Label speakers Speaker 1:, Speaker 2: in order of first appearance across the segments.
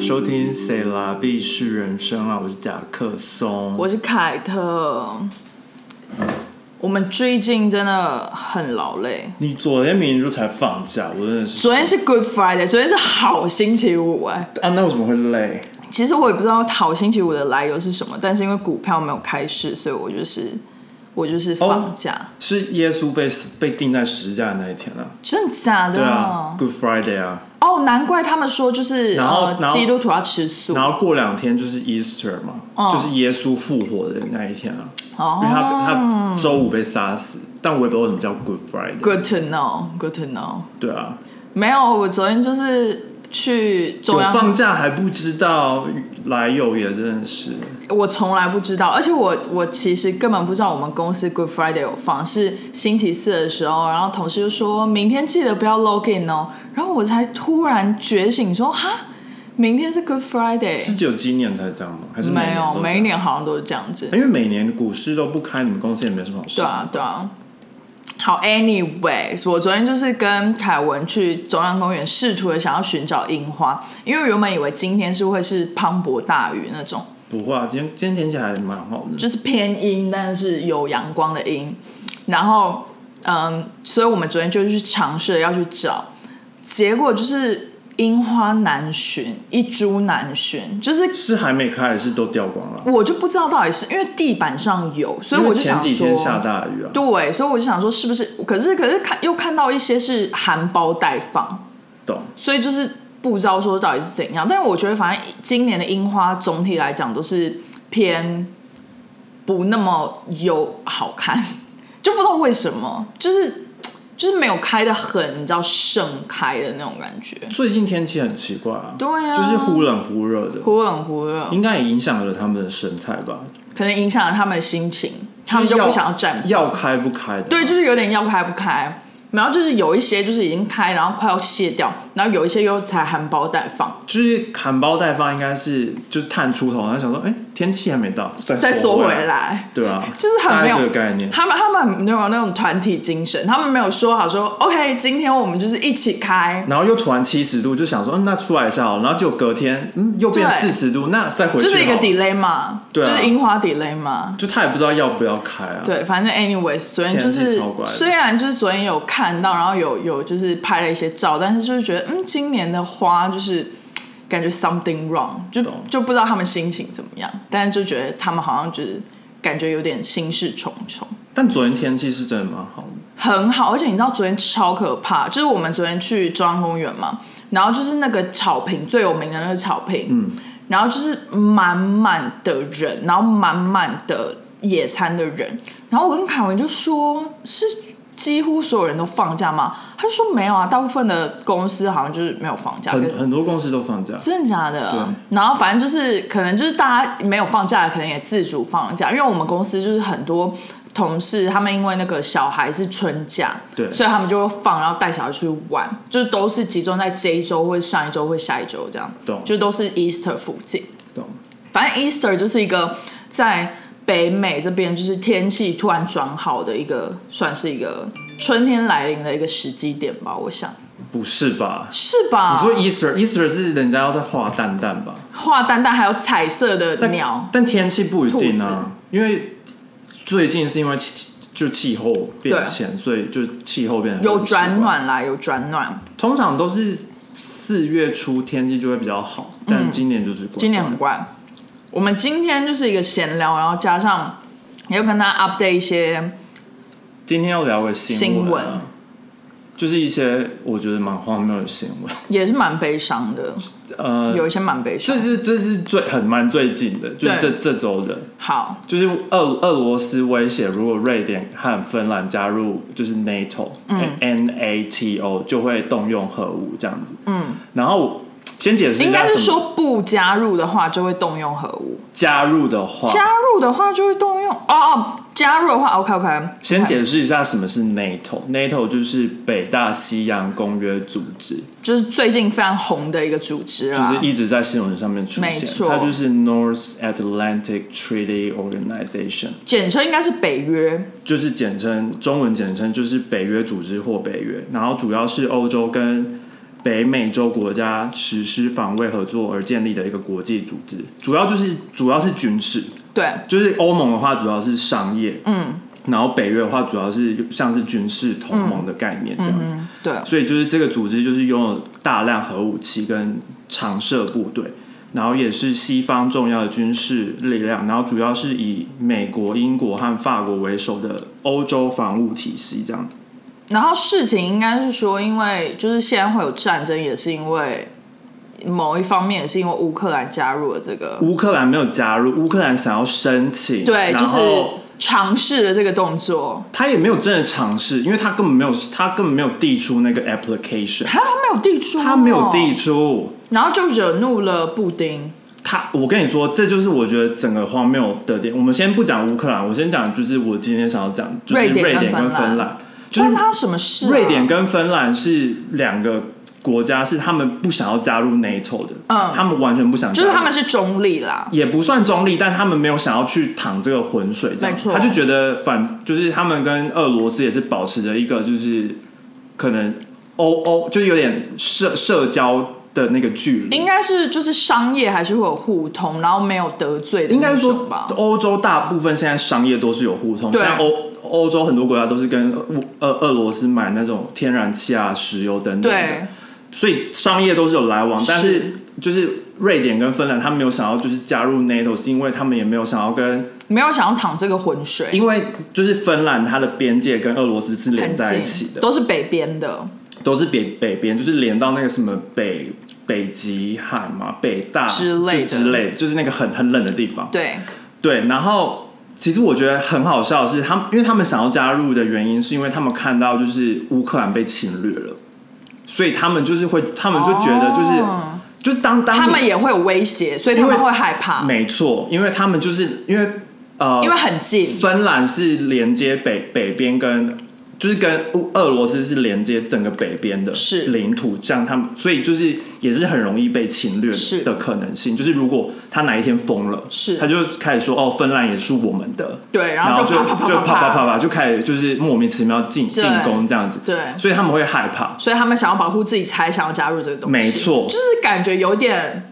Speaker 1: 收听《谁啦必是人生》啊，我是贾克松。
Speaker 2: 我是凯特。我们最近真的很劳累。
Speaker 1: 你昨天明明就才放假，我真的是
Speaker 2: 昨天是 Good Friday，昨天是好星期五哎、
Speaker 1: 啊，那我怎么会累？
Speaker 2: 其实我也不知道好星期五的来由是什么，但是因为股票没有开市，所以我就是我就是
Speaker 1: 哦
Speaker 2: 放假。
Speaker 1: 是耶稣被被钉在十字架的那一天啊，
Speaker 2: 真的假的？
Speaker 1: 对啊，Good Friday 啊，
Speaker 2: 哦，难怪他们说就是
Speaker 1: 然后
Speaker 2: 呃
Speaker 1: 然后
Speaker 2: 基督徒要吃素。
Speaker 1: 然后过两天就是 Easter 嘛，
Speaker 2: 哦
Speaker 1: 就是耶稣复活的那一天啊，因为他
Speaker 2: 哦
Speaker 1: 他周五被杀死，但我也不知道为什么叫 Good Friday。
Speaker 2: ，Good to know，Good to know。
Speaker 1: 对啊，
Speaker 2: 没有，我昨天就是去
Speaker 1: 有
Speaker 2: 中央
Speaker 1: 放假还不知道来由，也真的是。
Speaker 2: 我从来不知道，而且我我其实根本不知道我们公司 Good Friday 有放，是星期四的时候，然后同事就说明天记得不要 login 哦，然后我才突然觉醒说哈，明天是 Good
Speaker 1: 是
Speaker 2: Friday，
Speaker 1: 只有今年才这样吗？还是每年都这样
Speaker 2: 没有，每一？年好像都是这样子，
Speaker 1: 因为每年股市都不开，你们公司也没什么好事。
Speaker 2: 对啊，对啊。好，anyways，我昨天就是跟凯文去中央公园，试图的想要寻找樱花，因为原本以为今天是会是磅礴大雨那种，
Speaker 1: 不会啊，今天今天天气还蛮好的。
Speaker 2: 就是偏阴，但是有阳光的阴。然后，嗯，所以我们昨天就去尝试要去找，结果就是樱花难寻，一株难寻，就是
Speaker 1: 是还没开，还是都掉光了？
Speaker 2: 我就不知道到底是因为地板上有，所以
Speaker 1: 因
Speaker 2: 我
Speaker 1: 为
Speaker 2: 就
Speaker 1: 前
Speaker 2: 想
Speaker 1: 几天下
Speaker 2: 说。
Speaker 1: 大雨啊，
Speaker 2: 对，所以我就想说，是不是？可是可是看又看到一些是含苞待放，
Speaker 1: 懂？
Speaker 2: 所以就是不知道说到底是怎样。但是我觉得，反正今年的樱花总体来讲都是偏不那么有好看，就不知道为什么，就是就是没有开的很，你知道盛开的那种感觉，
Speaker 1: 最近天气很奇怪啊，
Speaker 2: 对啊
Speaker 1: 就是忽冷忽热的，
Speaker 2: 忽冷忽热，
Speaker 1: 应该也影响了他们的生态吧？
Speaker 2: 可能影响了他们的心情，他们就不想要绽放。
Speaker 1: 要开不开的，啊
Speaker 2: 对，就是有点要开不开。然后就是有一些就是已经开，然后快要卸掉，然后有一些又才含苞待放，
Speaker 1: 就是含苞待放，应该是就是探出头，然后想说，哎、天气还没到，
Speaker 2: 再
Speaker 1: 再
Speaker 2: 缩
Speaker 1: 缩
Speaker 2: 回
Speaker 1: 来，
Speaker 2: 来。
Speaker 1: 对啊，
Speaker 2: 就是很
Speaker 1: 大
Speaker 2: 没
Speaker 1: 概这
Speaker 2: 有
Speaker 1: 个概念。
Speaker 2: 他们他们没有那种团体精神，他们没有说好说 OK，今天我们就是一起开，
Speaker 1: 然后又突然七十度，就想说，嗯，那出来一下好了，然后就隔天，嗯，又变
Speaker 2: 对
Speaker 1: 四十度，那再回去
Speaker 2: 就
Speaker 1: 好了
Speaker 2: 是一个 delay 嘛，
Speaker 1: 对啊
Speaker 2: 就是樱花 delay 嘛。
Speaker 1: 就他也不知道要不要开啊。，
Speaker 2: 对，反正 anyways，昨天就
Speaker 1: 天气
Speaker 2: 是
Speaker 1: 超怪的
Speaker 2: 虽然就是昨天有看到，然后有有就是拍了一些照，但是就是觉得嗯，今年的花就是嘖感觉 something wrong，就
Speaker 1: 懂
Speaker 2: 就不知道他们心情怎么样，但是就觉得他们好像就是感觉有点心事重重。
Speaker 1: 但昨天天气是真的蛮好的，
Speaker 2: 很好，而且你知道昨天超可怕，就是我们昨天去中央公园嘛，然后就是那个草坪最有名的那个草坪，嗯，然后就是满满的人，然后满满的野餐的人，然后我跟凯文就说，是几乎所有人都放假吗？他就说没有啊，大部分的公司好像就是没有放假，可
Speaker 1: 很
Speaker 2: 是
Speaker 1: 很多公司都放假。
Speaker 2: 真的假的？
Speaker 1: 对
Speaker 2: 然后反正就是可能就是大家没有放假，可能也自主放假，因为我们公司就是很多同事他们因为那个小孩是春假，
Speaker 1: 对
Speaker 2: 所以他们就会放，然后带小孩出去玩，就是都是集中在这一周或者上一周或下一周这样，
Speaker 1: 懂
Speaker 2: 就都是 Easter 附近。
Speaker 1: 懂，
Speaker 2: 反正 Easter 就是一个在北美这边就是天气突然转好的一个，算是一个春天来临的一个时机点吧，我想
Speaker 1: 不是吧？
Speaker 2: 是吧？
Speaker 1: 你说 Easter，Easter 是人家要在画蛋蛋吧？
Speaker 2: 画蛋蛋还有彩色的
Speaker 1: 但
Speaker 2: 鸟，
Speaker 1: 但天气不一定啊，因为最近是因为气就气候变迁，所以就气候变得很
Speaker 2: 有转
Speaker 1: 奇怪。
Speaker 2: 暖啦，有转暖。
Speaker 1: 通常都是四月初天气就会比较好，但今年就是怪
Speaker 2: 嗯今年很怪，我们今天就是一个闲聊，然后加上也要跟大家 update 一些，
Speaker 1: 今天要聊个新
Speaker 2: 新
Speaker 1: 闻、
Speaker 2: 闻
Speaker 1: 啊，就是一些我觉得蛮荒谬的新 闻。
Speaker 2: 也是蛮悲伤的，
Speaker 1: 呃，
Speaker 2: 有一些蛮悲伤
Speaker 1: 这。是这是最很蛮最近的，就是
Speaker 2: 对
Speaker 1: 这这周的，
Speaker 2: 好，
Speaker 1: 就是俄俄罗斯威胁，如果瑞典和芬兰加入就是 NATO，嗯，N A T O 就会动用核武这样子。嗯，然后先解释一
Speaker 2: 应
Speaker 1: 下
Speaker 2: 该
Speaker 1: 什
Speaker 2: 是
Speaker 1: 么
Speaker 2: 说不加入的话就会动用核武，
Speaker 1: 加入的话，
Speaker 2: 加入的话就会动用哦哦，加入的话 OK OK，
Speaker 1: 先解释一下什么是 NATO。NATO 就是北大西洋公约组织，
Speaker 2: 就是最近非常红的一个组织
Speaker 1: 就
Speaker 2: 啦，
Speaker 1: 是一直在新闻上面出
Speaker 2: 啊没
Speaker 1: 现，
Speaker 2: 错
Speaker 1: 它就是 North Atlantic Treaty Organization，
Speaker 2: 简称应该是北约，
Speaker 1: 就是简称中文简称就是北约组织或北约，然后主要是欧洲跟北美洲国家实施防卫合作而建立的一个国际组织，主要就是主要是军事，
Speaker 2: 对，
Speaker 1: 就是欧盟的话主要是商业，
Speaker 2: 嗯
Speaker 1: 然后北约的话主要是像是军事同盟的概念这样子。
Speaker 2: 嗯，对，
Speaker 1: 所以就是这个组织就是拥有大量核武器跟常设部队，然后也是西方重要的军事力量，然后主要是以美国、英国和法国为首的欧洲防务体系这样子。
Speaker 2: 然后事情应该是说，因为就是现在会有战争，也是因为某一方面也是因为乌克兰加入了这个，
Speaker 1: 乌克兰没有加入，乌克兰想要申请，
Speaker 2: 对，
Speaker 1: 然
Speaker 2: 就是
Speaker 1: 后
Speaker 2: 尝试了这个动作。
Speaker 1: 他也没有真的尝试，因为他根本没有，他根本没有递出那个 application，
Speaker 2: 还有他没有递出、哦
Speaker 1: 他没有递，出。
Speaker 2: 然后就惹怒了布丁。
Speaker 1: 他，我跟你说，这就是我觉得整个荒谬的点。我们先不讲乌克兰，我先讲就是我今天想要讲，就是
Speaker 2: 瑞
Speaker 1: 瑞
Speaker 2: 典跟
Speaker 1: 典跟
Speaker 2: 芬
Speaker 1: 芬
Speaker 2: 兰
Speaker 1: 兰，就是
Speaker 2: 关他什么事、啊？
Speaker 1: 瑞典跟芬兰是两个国家，是他们不想要加入 NATO 的，
Speaker 2: 嗯
Speaker 1: 他们完全不想加
Speaker 2: 就
Speaker 1: 入，
Speaker 2: 是他们是中立啦，
Speaker 1: 也不算中立，但他们没有想要去淌这个浑水，这样
Speaker 2: 没错
Speaker 1: 他就觉得反就是他们跟俄罗斯也是保持着一个就是可能欧欧就是有点社社交的那个距离
Speaker 2: 应。该是就是商业还是会有互通，然后没有得罪的
Speaker 1: 应该
Speaker 2: 那
Speaker 1: 说
Speaker 2: 种吧，。
Speaker 1: 欧洲大部分现在商业都是有互通，
Speaker 2: 对
Speaker 1: 像欧欧洲很多国家都是跟乌俄俄罗斯买那种天然气啊、石油等等的
Speaker 2: 对，
Speaker 1: 所以商业都是有来往，但
Speaker 2: 是
Speaker 1: 是就是瑞典跟芬兰，他们没有想要就是加入 NATO，是因为他们也没有想要跟，
Speaker 2: 没有想要淌这个浑水，
Speaker 1: 因为就是芬兰它的边界跟俄罗斯是连在一起的，
Speaker 2: 都是北边的，
Speaker 1: 都是北北边，就是连到那个什么北北极海嘛、北大
Speaker 2: 之类
Speaker 1: 就
Speaker 2: 的
Speaker 1: 之类，就是那个很很冷的地方。
Speaker 2: 对，
Speaker 1: 对，然后其实我觉得很好笑的是，他们因为他们想要加入的原因，是因为他们看到就是乌克兰被侵略了，所以他们就是会，他们就觉得就是、
Speaker 2: 哦
Speaker 1: 就当啊当你
Speaker 2: 他们也会有威胁，所以他
Speaker 1: 因为
Speaker 2: 们会害怕，
Speaker 1: 没错，因为他们就是因为呃，
Speaker 2: 因为很近，
Speaker 1: 芬兰是连接北北边跟。就是跟乌俄罗斯是连接整个北边的
Speaker 2: 是
Speaker 1: 领土，这样他们所以就是也是很容易被侵略
Speaker 2: 是
Speaker 1: 的可能性。就是如果他哪一天疯了，
Speaker 2: 是
Speaker 1: 他就开始说哦，芬兰也是我们的，
Speaker 2: 对，
Speaker 1: 然
Speaker 2: 后
Speaker 1: 就
Speaker 2: 啪啪
Speaker 1: 就
Speaker 2: 啪
Speaker 1: 啪啪啪就开始就是莫名其妙进进攻这样子，
Speaker 2: 对
Speaker 1: 所以他们会害怕，
Speaker 2: 所以他们想要保护自己，才想要加入这个东西。
Speaker 1: 没错
Speaker 2: 就是感觉有点，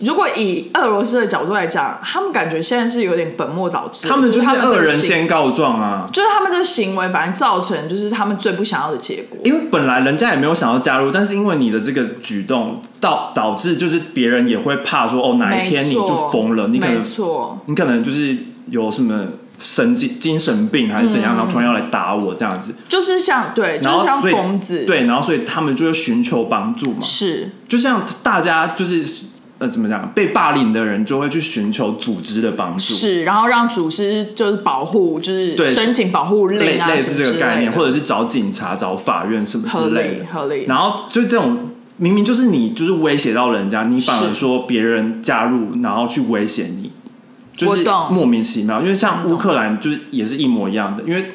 Speaker 2: 如果以俄罗斯的角度来讲，他们感觉现在是有点本末倒置。
Speaker 1: 他们
Speaker 2: 就
Speaker 1: 就是是
Speaker 2: 他们
Speaker 1: 恶人
Speaker 2: 这个行，
Speaker 1: 先告状啊，
Speaker 2: 就是他们这个行为，反正造成就是他们最不想要的结果。
Speaker 1: 因为本来人家也没有想要加入，但是因为你的这个举动导导致就是别人也会怕说哦哪一天你
Speaker 2: 没错
Speaker 1: 就疯了，你可
Speaker 2: 没
Speaker 1: 能
Speaker 2: 错，
Speaker 1: 你可能就是有什么神经精神病还是怎样，然后突然要来打我这样子，
Speaker 2: 就是像对，嗯就
Speaker 1: 然
Speaker 2: 是
Speaker 1: 后
Speaker 2: 像
Speaker 1: 所以
Speaker 2: 疯子，，
Speaker 1: 对，然后所以他们就会寻求帮助嘛，
Speaker 2: 是
Speaker 1: 就像大家就是呃怎么讲，被霸凌的人就会去寻求组织的帮助，
Speaker 2: 是，然后让主师就是保护，就是
Speaker 1: 对
Speaker 2: 申请保护
Speaker 1: 类
Speaker 2: 令啊
Speaker 1: 类
Speaker 2: 什么
Speaker 1: 似这
Speaker 2: 之
Speaker 1: 个
Speaker 2: 类
Speaker 1: 概念，
Speaker 2: 的
Speaker 1: 或者是找警察、找法院什么
Speaker 2: 合
Speaker 1: 之类
Speaker 2: 理
Speaker 1: 的。
Speaker 2: 合理。
Speaker 1: 然后就这种明明就是你就是威胁到人家，你反而
Speaker 2: 是
Speaker 1: 说别人加入，然后去威胁你，就
Speaker 2: 我
Speaker 1: 是
Speaker 2: 懂
Speaker 1: 莫名其妙。因为像
Speaker 2: 我懂
Speaker 1: 乌克兰就是也是一模一样的，因为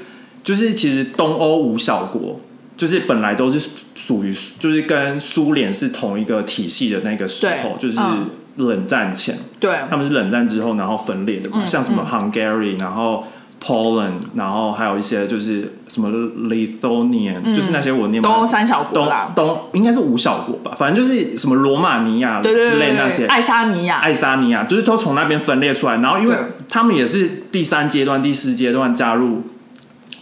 Speaker 1: 就是其实东欧五小国。就是本来都是属于，就是跟苏联是同一个体系的那个时候，
Speaker 2: 对
Speaker 1: 就是
Speaker 2: 嗯
Speaker 1: 冷战前，
Speaker 2: 对，
Speaker 1: 他们是冷战之后然后分裂的嘛，
Speaker 2: 嗯
Speaker 1: 像什么 Hungary，然后 Poland，然后还有一些就是什么 Lithuanian，、就是那些我念不
Speaker 2: 嗯东欧
Speaker 1: 懂。
Speaker 2: 三小国
Speaker 1: 东
Speaker 2: 啦，
Speaker 1: 东应该是五小国吧，反正就是什么罗马尼亚
Speaker 2: 对对
Speaker 1: 之
Speaker 2: 对
Speaker 1: 类
Speaker 2: 对
Speaker 1: 那些
Speaker 2: 对，，爱沙尼亚，
Speaker 1: 爱沙尼亚就是都从那边分裂出来，然后因为
Speaker 2: 对
Speaker 1: 他们也是第三阶段、第四阶段加入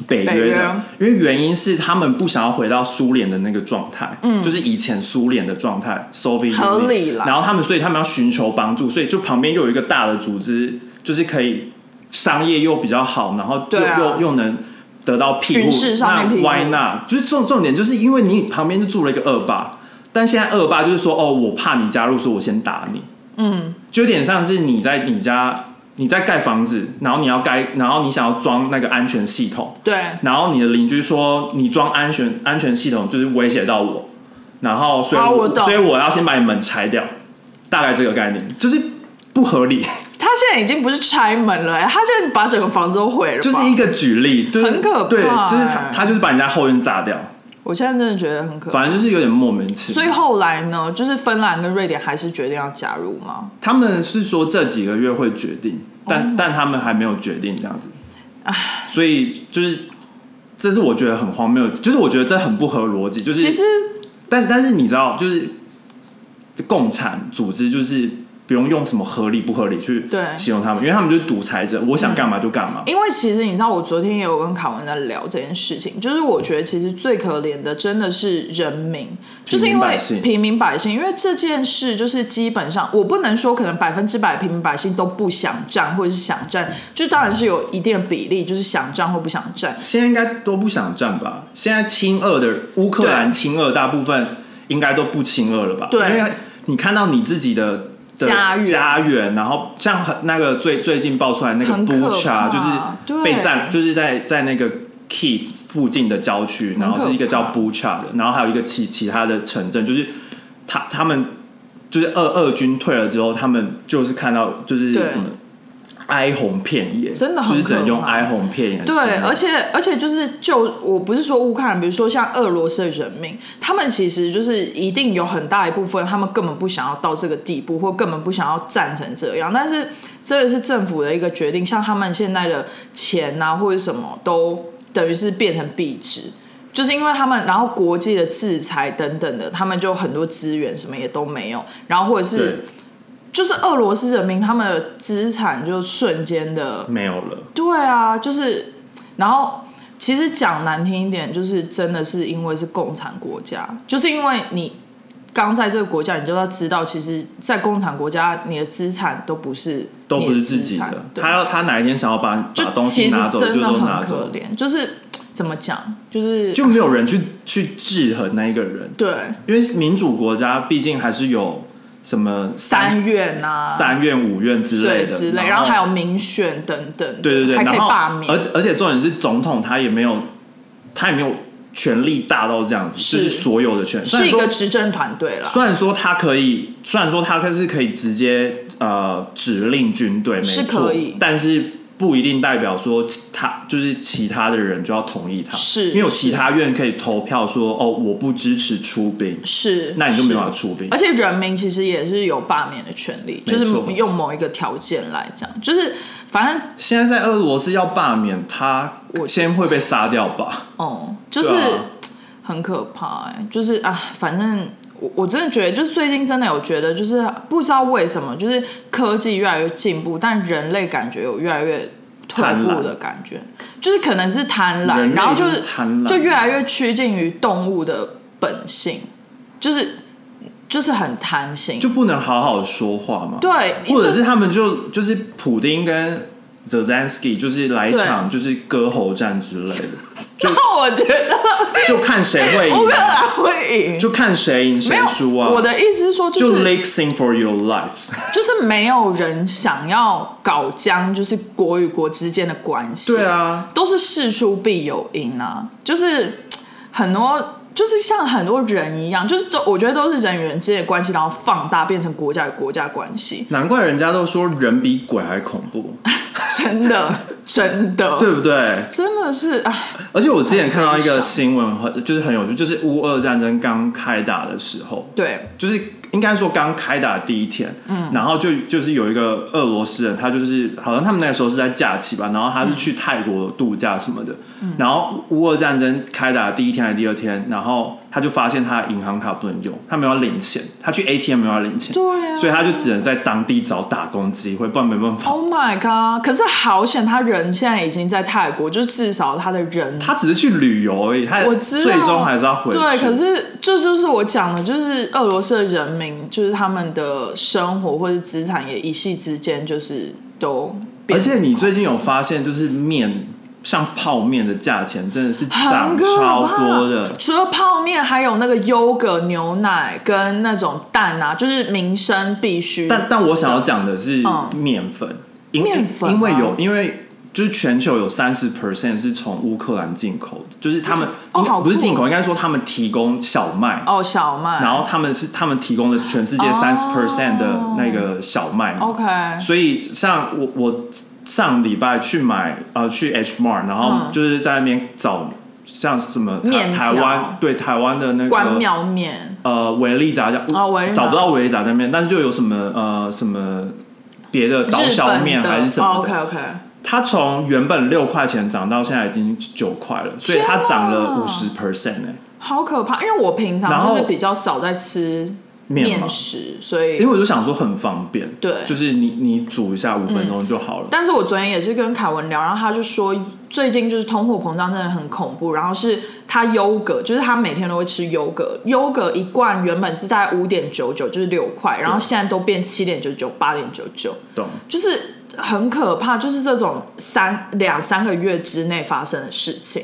Speaker 1: 北
Speaker 2: 北
Speaker 1: 约
Speaker 2: 约
Speaker 1: 的，因为原因是他们不想要回到苏联的那个状态，嗯，就是以前苏联的状态，Soviet Union
Speaker 2: 合理啦
Speaker 1: 然后他们，所以他们要寻求帮助，所以就旁边又有一个大的组织，就是可以商业又比较好，然后又、
Speaker 2: 对啊
Speaker 1: 又又能。得到庇护
Speaker 2: 军事，上面庇护
Speaker 1: 那 why not？就是重重点，就是因为你旁边就住了一个恶霸，但现在恶霸就是说，哦，我怕你加入，所以我先打你。
Speaker 2: 嗯，
Speaker 1: 就有点像是你在你家你在盖房子，然后你要盖，然后你想要装那个安全系统，
Speaker 2: 对，
Speaker 1: 然后你的邻居说你装安全安全系统就是威胁到我，然后所以
Speaker 2: 哦
Speaker 1: 我、
Speaker 2: 我懂
Speaker 1: 所以我要先把你门拆掉，大概这个概念就是不合理，
Speaker 2: 他现在已经不是拆门了、欸，他现在把整个房子都毁了吧。
Speaker 1: 就是一个举例，就是
Speaker 2: 很可怕
Speaker 1: 对，就是
Speaker 2: 欸
Speaker 1: 他他就是把人家后院炸掉，
Speaker 2: 我现在真的觉得很可怕。
Speaker 1: 反正就是有点莫名其
Speaker 2: 所
Speaker 1: 妙
Speaker 2: 以。后来呢，就是芬兰跟瑞典还是决定要加入吗？
Speaker 1: 他们是说这几个月会决定，
Speaker 2: 哦
Speaker 1: 但、但他们还没有决定这样子。所以就是，这是我觉得很荒谬，就是我觉得这很不合逻辑，就
Speaker 2: 其
Speaker 1: 是
Speaker 2: 实
Speaker 1: 但但是你知道，就是共产组织就是不用用什么合理不合理去
Speaker 2: 对嗯
Speaker 1: 形容他们，因为他们就是独裁者，我想干嘛就干嘛。
Speaker 2: 因为其实你知道，我昨天也有跟凯文在聊这件事情，就是我觉得其实最可怜的真的是人民，就是因
Speaker 1: 百
Speaker 2: 为
Speaker 1: 姓
Speaker 2: 平民百姓，因为这件事就是基本上，我不能说可能百分之百平民百姓都不想站或者是想站，就当然是有一定的比例，就是想站或不想站，
Speaker 1: 现在应该都不想战吧？现在亲俄的乌克兰亲俄大部分应该都不亲俄了吧？
Speaker 2: 对
Speaker 1: 因为你看到你自己的。的
Speaker 2: 家园
Speaker 1: 家园，然后像很那个最最近爆出来那个
Speaker 2: 很可
Speaker 1: Bucha，
Speaker 2: 怕
Speaker 1: 就是
Speaker 2: 对
Speaker 1: 被占，就是在在那个 Kiev 附近的郊区，然后是一个叫
Speaker 2: 很
Speaker 1: Bucha 的，然后还有一个其其他的城镇，就是他他们就是俄俄军退了之后，他们就是看到就是
Speaker 2: 对
Speaker 1: 怎么哀鸿遍野，
Speaker 2: 真的很
Speaker 1: 就是只能用
Speaker 2: 可怕
Speaker 1: 哀鸿遍野来形容。
Speaker 2: 对，而且而且就是就我不是说乌克兰，比如说像俄罗斯的人民，他们其实就是一定有很大一部分，他们根本不想要到这个地步，或根本不想要战成这样。但是这个是政府的一个决定，像他们现在的钱啊或者什么，都等于是变成币值。就是因为他们，然后国际的制裁等等的，他们就很多资源什么也都没有，然后或者
Speaker 1: 对
Speaker 2: 是就是俄罗斯人民他们的资产就瞬间的
Speaker 1: 没有了。
Speaker 2: 对啊，就是，然后其实讲难听一点，就是真的是因为是共产国家，就是因为你刚在这个国家，你就要知道，其实，在共产国家，你的资产都不是
Speaker 1: 都不
Speaker 2: 你
Speaker 1: 是
Speaker 2: 的
Speaker 1: 自
Speaker 2: 资
Speaker 1: 己
Speaker 2: 产
Speaker 1: 的，
Speaker 2: 对
Speaker 1: 他要他哪一天想要把把
Speaker 2: 就
Speaker 1: 东
Speaker 2: 其
Speaker 1: 西
Speaker 2: 实
Speaker 1: 拿走，就
Speaker 2: 真的
Speaker 1: 都拿
Speaker 2: 很可
Speaker 1: 走，
Speaker 2: 怜，就是怎么讲，就是
Speaker 1: 就没有人去去制衡那一个人，
Speaker 2: 对
Speaker 1: 因为民主国家毕竟还是有什么
Speaker 2: 三院啊，
Speaker 1: 三院五院之类
Speaker 2: 对
Speaker 1: 的
Speaker 2: 之类，然后还有民选等等的，
Speaker 1: 对对对，
Speaker 2: 还可以
Speaker 1: 然后呃
Speaker 2: 罢免，
Speaker 1: 而而且重点是总统他也没有他也没有权力大到这样子，
Speaker 2: 是
Speaker 1: 就是所有的权，虽
Speaker 2: 是
Speaker 1: 然
Speaker 2: 一
Speaker 1: 说
Speaker 2: 个执政团队啦，
Speaker 1: 虽然说他可以，虽然说他可是可以直接呃指令军队，没
Speaker 2: 是
Speaker 1: 错
Speaker 2: 可以，
Speaker 1: 但是不一定代表说其他就是其他的人就要同意他，
Speaker 2: 是
Speaker 1: 因为有其
Speaker 2: 是
Speaker 1: 他院可以投票说哦我不支持出兵，
Speaker 2: 是，
Speaker 1: 那你就没办
Speaker 2: 是
Speaker 1: 法出兵
Speaker 2: 而。且人民其实也是有罢免的权利，
Speaker 1: 没
Speaker 2: 就
Speaker 1: 错
Speaker 2: 是用某一个条件来讲，就是反正
Speaker 1: 现在在俄罗斯要罢免他
Speaker 2: 我，
Speaker 1: 先会被杀掉吧？
Speaker 2: 哦、就是、
Speaker 1: 对啊
Speaker 2: 很可怕哎、就是啊，反正我我真的觉得，就是最近真的有觉得，就是不知道为什么，就是科技越来越进步，但人类感觉有越来越退步的感觉，就是可能是贪
Speaker 1: 人
Speaker 2: 婪，
Speaker 1: 类
Speaker 2: 然后就
Speaker 1: 就是贪婪
Speaker 2: 就越来越趋近于动物的本性，就是就是很贪心，
Speaker 1: 就不能好好说话吗？
Speaker 2: 对，啊
Speaker 1: 或者
Speaker 2: 就是
Speaker 1: 他们就就是普丁跟 Zelensky 就是来一
Speaker 2: 对
Speaker 1: 场就是割喉战之类的，就
Speaker 2: 那我觉得
Speaker 1: 就看谁会赢
Speaker 2: 乌克兰会赢，
Speaker 1: 嗯就看谁赢谁
Speaker 2: 没有
Speaker 1: 输啊！
Speaker 2: 我的意思是说，就
Speaker 1: 就是 lip sing for your lives。
Speaker 2: 就是没有人想要搞僵，就是国与国之间的关系。
Speaker 1: 对，啊，
Speaker 2: 都是事出必有因啊，就是很多。就是像很多人一样，就是这，我觉得都是人与人之间的关系，然后放大变成国家与国家关系，
Speaker 1: 难怪人家都说人比鬼还恐怖，
Speaker 2: 真的，真的，
Speaker 1: 对不对？
Speaker 2: 真的是，哎，
Speaker 1: 而且我之前看到一
Speaker 2: 很
Speaker 1: 个
Speaker 2: 悲伤
Speaker 1: 新闻，很就是很有趣，就是乌俄战争刚开打的时候，
Speaker 2: 对，
Speaker 1: 就是应该说刚开打的第一天，嗯，然后就就是有一个俄罗斯人，他就是好像他们那个时候是在假期吧，然后他是去泰国度假什么的，
Speaker 2: 嗯
Speaker 1: 然后乌俄战争开打的第一天还是第二天，然后他就发现他的银行卡不能用，他没有要领钱，他去 ATM 没有要领钱，
Speaker 2: 对啊
Speaker 1: 所以他就只能在当地找打工机会，不然没办法。
Speaker 2: ，Oh my god！可是好险，他人现在已经在泰国，就至少他的人
Speaker 1: 他只是去旅游而已，他
Speaker 2: 我知道，
Speaker 1: 最终还是要回去。
Speaker 2: 对，可是这就是我讲的，就是俄罗斯的人民，就是他们的生活或者资产也一夕之间就是都变
Speaker 1: 而且你最近有发现，就是面像泡面的价钱真的是涨
Speaker 2: 很可
Speaker 1: 超
Speaker 2: 怕
Speaker 1: 多的，
Speaker 2: 除了泡面，还有那个优格、牛奶跟那种蛋啊，就是民生必须。
Speaker 1: 但但我想要讲的是
Speaker 2: 嗯
Speaker 1: 面粉，因
Speaker 2: 面粉
Speaker 1: 因为
Speaker 2: 吗
Speaker 1: 有因为。就是全球有三十 percent 是从乌克兰进口的，就是他们、
Speaker 2: 哦
Speaker 1: 应该
Speaker 2: 好
Speaker 1: 不是
Speaker 2: 酷
Speaker 1: 进口，应该说他们提供小麦，
Speaker 2: 哦，小麦，
Speaker 1: 然后他们是他们提供了全世界
Speaker 2: 哦
Speaker 1: 三十 percent 的那个小麦嘛
Speaker 2: OK，
Speaker 1: 所以像我我上礼拜去买呃去 H Mart，然后
Speaker 2: 嗯
Speaker 1: 就是在那边找像什么台
Speaker 2: 面条
Speaker 1: 台湾对台湾的那
Speaker 2: 关
Speaker 1: 个
Speaker 2: 苗面
Speaker 1: 呃维力炸酱
Speaker 2: 哦维力炸
Speaker 1: 找不到维力炸酱面，但是就有什么呃什么别的刀
Speaker 2: 日
Speaker 1: 削
Speaker 2: 本
Speaker 1: 面
Speaker 2: 的
Speaker 1: 还是什么
Speaker 2: o
Speaker 1: 的，
Speaker 2: k OK，
Speaker 1: 它从原本六块钱涨到现在已经九块了，所以它
Speaker 2: 天啊
Speaker 1: 涨了五十 percent 哎，
Speaker 2: 好可怕！因为我平
Speaker 1: 然
Speaker 2: 常
Speaker 1: 后
Speaker 2: 就是比较少在吃
Speaker 1: 面嘛
Speaker 2: 面食，所
Speaker 1: 因为
Speaker 2: 以，
Speaker 1: 我就想说很方便，
Speaker 2: 对嗯
Speaker 1: 就是你你煮一下五分钟就好了。
Speaker 2: 但是我昨天也是跟凯文聊，然后他就说，最近就是通货膨胀真的很恐怖，然后是他优格，就是他每天都会吃优格，优格一罐原本是在五点九九，就是六块，然后现在都变七点九九、八点九九，
Speaker 1: 懂？
Speaker 2: 就是很可怕，就是这种三两三个月之内发生的事情。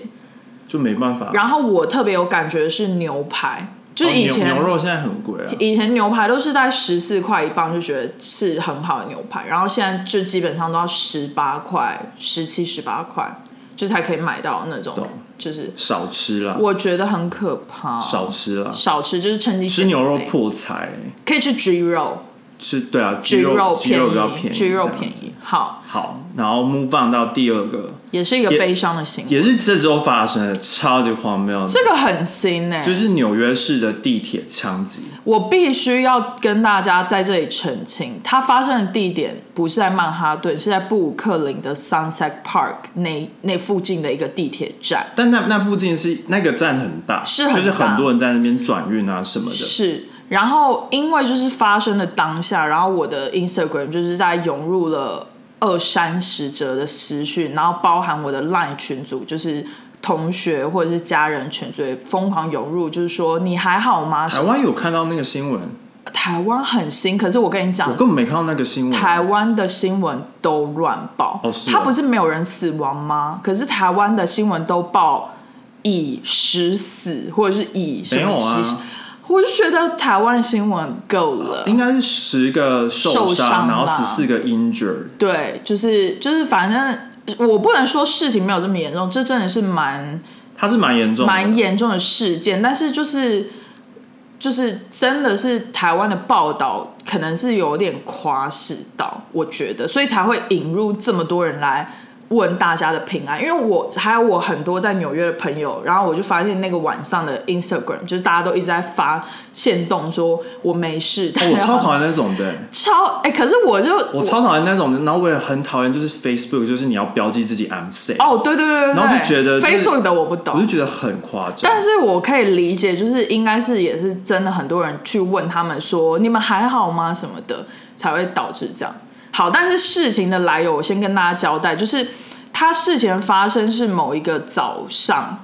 Speaker 1: 就没办法。
Speaker 2: 然后我特别有感觉的是牛排，就是以前、
Speaker 1: 哦牛牛肉现在很贵啊，
Speaker 2: 以前牛排都是在十四块一磅，就觉得是很好的牛排，然后现在就基本上都要十八块、十七、十八块，就才可以买到那种
Speaker 1: 懂，
Speaker 2: 就是
Speaker 1: 少吃啦，
Speaker 2: 我觉得很可怕。
Speaker 1: 少吃啦，
Speaker 2: 少吃就是趁机
Speaker 1: 吃
Speaker 2: 减
Speaker 1: 牛肉
Speaker 2: 肥
Speaker 1: 破财、
Speaker 2: 可以吃鸡肉，
Speaker 1: 吃对啊，
Speaker 2: 鸡
Speaker 1: 鸡肉鸡
Speaker 2: 便
Speaker 1: 肉比较
Speaker 2: 宜，
Speaker 1: 便宜，
Speaker 2: 鸡肉
Speaker 1: 这样
Speaker 2: 便
Speaker 1: 子。
Speaker 2: 宜，好，
Speaker 1: 好，然后 move on 到第二个，
Speaker 2: 也是一个
Speaker 1: 也
Speaker 2: 悲伤的行为，
Speaker 1: 也是这周发生的，超级荒谬的，
Speaker 2: 这个很新欸呢、
Speaker 1: 就是纽约市的地铁枪击。
Speaker 2: 我必须要跟大家在这里澄清，它发生的地点不是在曼哈顿，是在布鲁克林的 Sunset Park 那那附近的一个地铁站。
Speaker 1: 但那那附近是那个站很大，
Speaker 2: 是很
Speaker 1: 就是
Speaker 2: 大
Speaker 1: 很多人在那边转运啊什么的。
Speaker 2: 是，然后因为就是发生的当下，然后我的 Instagram 就是在涌入了二三十则的私讯，然后包含我的 Line 群组，就是同学或者是家人群组也疯狂涌入，就是说你还好吗？
Speaker 1: 台湾有看到那个新闻，
Speaker 2: 台湾很新，可是我跟你讲
Speaker 1: 我，根本没看到那个新闻。
Speaker 2: 台湾的新闻都乱报，
Speaker 1: 哦是哦
Speaker 2: 他不是没有人死亡吗？可是台湾的新闻都报以十死或者是以什
Speaker 1: 没有
Speaker 2: 么
Speaker 1: 啊
Speaker 2: 七十，我就觉得台湾的新闻够了。
Speaker 1: 应该是十个受伤，
Speaker 2: 受伤
Speaker 1: 然后
Speaker 2: 啦
Speaker 1: 十四个 injured。
Speaker 2: 对，就是就是，反正我不能说事情没有这么严重，这真的是蛮
Speaker 1: 它是蛮严重的，
Speaker 2: 蛮严重的事件，但是就是就是真的是台湾的报道可能是有点夸饰到，我觉得，所以才会引入这么多人来问大家的平安。因为我还有我很多在纽约的朋友，然后我就发现那个晚上的 Instagram 就是大家都一直在发现动说我没事，
Speaker 1: 哦我超
Speaker 2: 厌
Speaker 1: 讨厌那种的、
Speaker 2: 超哎、可是我就
Speaker 1: 我超讨厌那种的。然后我也很讨厌，就是 Facebook，就是你要标记自己 I'm safe，、
Speaker 2: 哦对对对对对，
Speaker 1: 然后就觉得就是
Speaker 2: Facebook 的我不懂，
Speaker 1: 我就觉得很夸张。
Speaker 2: 但是我可以理解，就是应该是也是真的很多人去问他们说你们还好吗什么的，才会导致这样。好，但是事情的来由我先跟大家交代，就是它事前发生是某一个早上，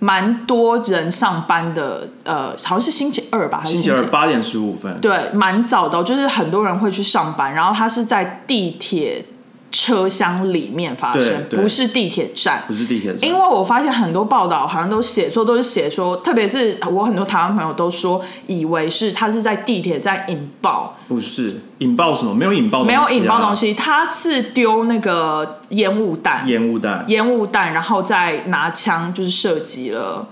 Speaker 2: 蛮多人上班的，呃，好像是星期二吧，还是
Speaker 1: 星期二八点十五分，
Speaker 2: 对，蛮早的哦、就是很多人会去上班，然后它是在地铁车厢里面发生，
Speaker 1: 对对
Speaker 2: 不是地铁站。
Speaker 1: 不是地铁站
Speaker 2: 因为我发现很多报道好像都写错，都是写说，特别是我很多台湾朋友都说，以为是他是在地铁站引爆，
Speaker 1: 不是引爆什么，没有引爆、
Speaker 2: 没有引爆东
Speaker 1: 西啊
Speaker 2: 西，他是丢那个烟雾
Speaker 1: 啊，
Speaker 2: 弹，
Speaker 1: 烟雾弹，
Speaker 2: 烟雾弹，然后再拿枪就是射击了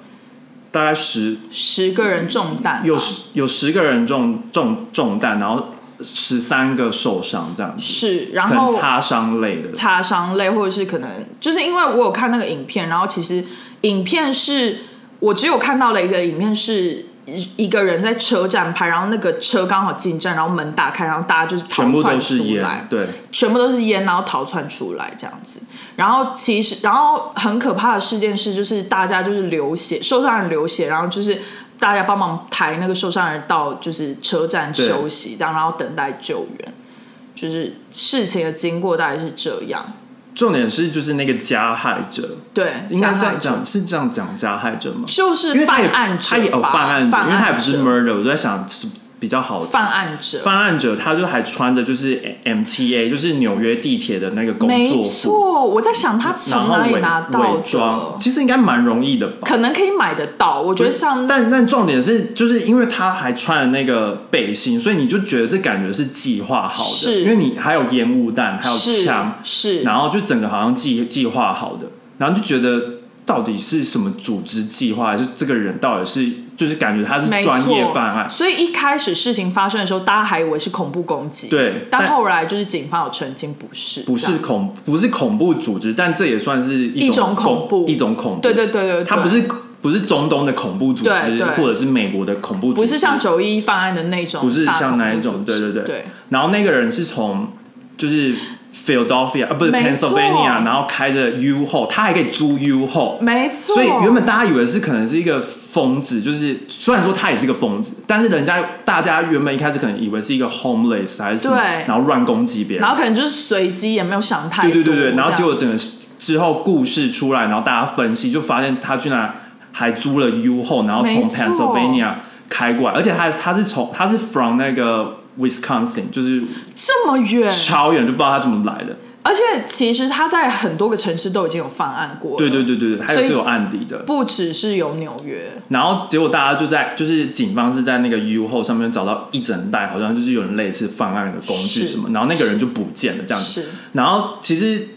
Speaker 1: 大概十
Speaker 2: 十个人中弹吧，啊
Speaker 1: 有十有十个人中中中弹，然后十三个受伤这样子，
Speaker 2: 是，然
Speaker 1: 可能
Speaker 2: 后
Speaker 1: 擦伤类的，
Speaker 2: 擦伤类，或者是可能就是因为我有看那个影片，然后其实影片是我只有看到了一个影片是。一一个人在车站拍，然后那个车刚好进站，然后门打开，然后大家就是逃
Speaker 1: 全部
Speaker 2: 窜
Speaker 1: 都是
Speaker 2: 出
Speaker 1: 烟
Speaker 2: 来，，
Speaker 1: 对，
Speaker 2: 全部都是烟，然后逃窜出来这样子。然后其实，然后很可怕的事件是，就是大家就是流血，受伤人流血，然后就是大家帮忙抬那个受伤人到就是车站
Speaker 1: 对
Speaker 2: 休息，这样然后等待救援。就是事情的经过大概是这样，
Speaker 1: 重点是就是那个加害者，
Speaker 2: 对，
Speaker 1: 应该这
Speaker 2: 加害
Speaker 1: 样
Speaker 2: 者
Speaker 1: 讲，是这样讲加害者吗？
Speaker 2: 就是
Speaker 1: 因为他
Speaker 2: 犯
Speaker 1: 也
Speaker 2: 案者
Speaker 1: 他也有
Speaker 2: 吧
Speaker 1: 犯案者，因为他也不是
Speaker 2: 者
Speaker 1: murder，我就在想是比较好
Speaker 2: 犯案者，
Speaker 1: 犯案者他就还穿着就是 MTA，就是纽约地铁的那个工
Speaker 2: 没
Speaker 1: 作服，
Speaker 2: 错，我在想他
Speaker 1: 然
Speaker 2: 从
Speaker 1: 后
Speaker 2: 哪里
Speaker 1: 伪
Speaker 2: 拿到
Speaker 1: 伪装，
Speaker 2: 的，
Speaker 1: 其实应该蛮容易的吧。
Speaker 2: 可能可以买得到，我觉得像
Speaker 1: 但但重点是，就是因为他还穿了那个背心，所以你就觉得这感觉是计划好的，
Speaker 2: 是
Speaker 1: 因为你还有烟雾弹，还有
Speaker 2: 是
Speaker 1: 枪，
Speaker 2: 是，
Speaker 1: 然后就整个好像计计划好的，然后就觉得到底是什么组织计划，还是这个人到底是就是感觉他是
Speaker 2: 没错
Speaker 1: 专业犯案，
Speaker 2: 所以一开始事情发生的时候，大家还以为是恐怖攻击，。
Speaker 1: 对，
Speaker 2: 但
Speaker 1: 但
Speaker 2: 后来就是警方有澄清，不是，
Speaker 1: 不
Speaker 2: 这
Speaker 1: 是
Speaker 2: 样，
Speaker 1: 恐不是恐怖组织，但这也算是一
Speaker 2: 一种
Speaker 1: 恐
Speaker 2: 恐怖
Speaker 1: 一种恐怖，
Speaker 2: 对对对对呃对，
Speaker 1: 它不是不是中东的恐怖组
Speaker 2: 对
Speaker 1: 织，
Speaker 2: 对
Speaker 1: 或者是美国的恐怖组织，
Speaker 2: 不是像九一一犯案的那种大恐
Speaker 1: 不
Speaker 2: 怖组
Speaker 1: 是
Speaker 2: 织，
Speaker 1: 像那一种对对
Speaker 2: 对
Speaker 1: 对然后那个人是从就是。Philadelphia 啊，不是
Speaker 2: 没错
Speaker 1: Pennsylvania，然后开着 U 后，他还可以租 U 后，
Speaker 2: 没错。
Speaker 1: 所以原本大家以为是可能是一个疯子，就是虽然说他也是个疯子，但是人家大家原本一开始可能以为是一个 homeless 还是什么，
Speaker 2: 对
Speaker 1: 然后乱攻击别人
Speaker 2: 然，后可能就是随机，也没有想太多。
Speaker 1: 对对对对，
Speaker 2: 这
Speaker 1: 然
Speaker 2: 样
Speaker 1: 后结果整个之后故事出来，然后大家分析就发现他居然还租了 U 后，然后从
Speaker 2: 没错
Speaker 1: Pennsylvania 开过来，而且他他是从他是 from 那个 Wisconsin，就是
Speaker 2: 这么远，
Speaker 1: 超远，就不知道他怎么来的。
Speaker 2: 而且其实他在很多个城市都已经有犯案过了，
Speaker 1: 对对对对对，他也
Speaker 2: 所
Speaker 1: 是
Speaker 2: 以
Speaker 1: 有案底的。
Speaker 2: 不只是有纽约，
Speaker 1: 然后结果大家就在就是警方是在那个 U 后上面找到一整袋，好像就是有人类似犯案的工具
Speaker 2: 是
Speaker 1: 什么，然后那个人就不见了这样子。
Speaker 2: 是
Speaker 1: 然后其实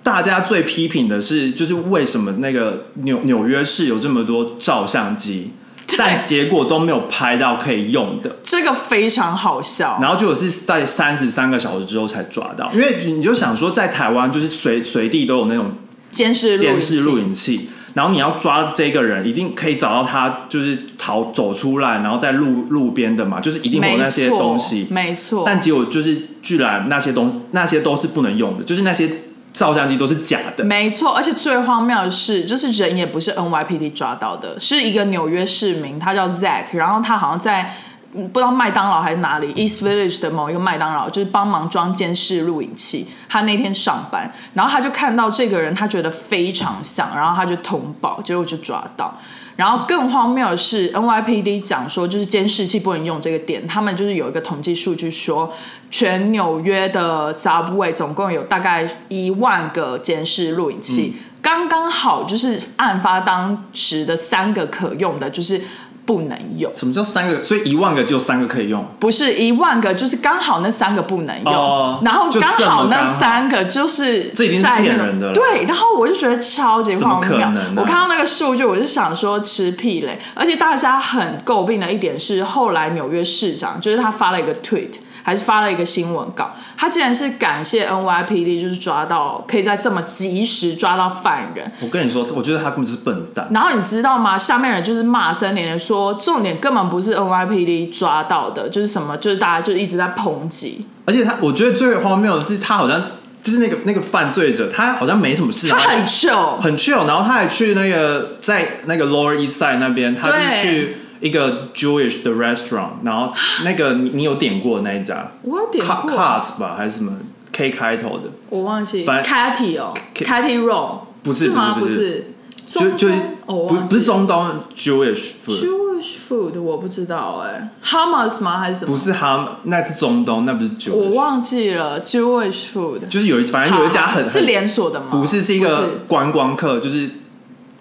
Speaker 1: 大家最批评的是，就是为什么那个纽纽约市有这么多照相机，
Speaker 2: 对
Speaker 1: 但结果都没有拍到可以用的。
Speaker 2: 这个非常好笑。
Speaker 1: 然后就是在三十三个小时之后才抓到，因为你就想说，在台湾就是随随地都有那种
Speaker 2: 监视录影
Speaker 1: 监
Speaker 2: 器
Speaker 1: 视录影器，然后你要抓这个人，一定可以找到他，就是逃走出来，然后在路路边的嘛，就是一定会有那些东西。
Speaker 2: 没错，
Speaker 1: 但结果就是，居然那些东那些都是不能用的，就是那些照相机都是假的。
Speaker 2: 没错，而且最荒谬的是，就是人也不是 NYPD 抓到的，是一个纽约市民，他叫 Zack，然后他好像在嗯不知道麦当劳还是哪里 East Village 的某一个麦当劳，就是帮忙装监视录影器。他那天上班，然后他就看到这个人，他觉得非常像，然后他就通报，结果就抓到。然后更荒谬的是，NYPD 讲说就是监视器不能用这个点，他们就是有一个统计数据说，全纽约的 subway 总共有大概一万个监视录影器，刚刚好就是案发当时的三个可用的，就是不能用。
Speaker 1: 什么叫三个？所以一万个只有三个可以用。
Speaker 2: 不是一万个，就是刚好那三个不能用，
Speaker 1: 哦
Speaker 2: 然后
Speaker 1: 就
Speaker 2: 刚
Speaker 1: 这么
Speaker 2: 好那
Speaker 1: 刚好
Speaker 2: 三个就是
Speaker 1: 这已经是
Speaker 2: 在那
Speaker 1: 骗
Speaker 2: 个
Speaker 1: 人的了
Speaker 2: 对，然后我就觉得超级
Speaker 1: 怎么
Speaker 2: 荒
Speaker 1: 可
Speaker 2: 谬。
Speaker 1: 能啊
Speaker 2: 我看到那个数据，我就想说吃屁嘞！而且大家很诟病的一点是，后来纽约市长就是他发了一个 tweet。还是发了一个新闻稿，他竟然是感谢 NYPD，就是抓到可以在这么及时抓到犯人，
Speaker 1: 我跟你说，我觉得他根本就是笨蛋。
Speaker 2: 然后你知道吗？下面人就是骂声连连说，重点根本不是 NYPD 抓到的，就是什么，就是大家就一直在抨击，
Speaker 1: 而且他，我觉得最荒谬的是，他好像就是那个那个犯罪者，他好像没什么事，
Speaker 2: 他
Speaker 1: 然后
Speaker 2: 很
Speaker 1: 去
Speaker 2: 糗，
Speaker 1: 很 chill，然后他还去那个在那个 Lower East Side 那边，他
Speaker 2: 对
Speaker 1: 就去一个 Jewish 的 restaurant，然后那个你你有点过的那一家
Speaker 2: 我有点
Speaker 1: Cut
Speaker 2: 过，
Speaker 1: Cuts 吧，还是什么 K 开头的，
Speaker 2: 我忘记
Speaker 1: 反正
Speaker 2: Cathy 哦
Speaker 1: K-
Speaker 2: ，Cathy Roll
Speaker 1: 不是
Speaker 2: 吗？
Speaker 1: 不是不
Speaker 2: 是，
Speaker 1: 就
Speaker 2: 中
Speaker 1: 就是
Speaker 2: 东哦我
Speaker 1: 不
Speaker 2: 忘
Speaker 1: 不是
Speaker 2: 记
Speaker 1: 中东 Jewish food，
Speaker 2: Jewish food 我不知道哎，Hummus 吗还是什么？
Speaker 1: 不是他那是中东，那不是
Speaker 2: 我
Speaker 1: Jewish，
Speaker 2: 忘记了 Jewish food，
Speaker 1: 就是有一反正有一家很
Speaker 2: 是
Speaker 1: 很
Speaker 2: 连锁的吗？
Speaker 1: 不是是一个观光客，就是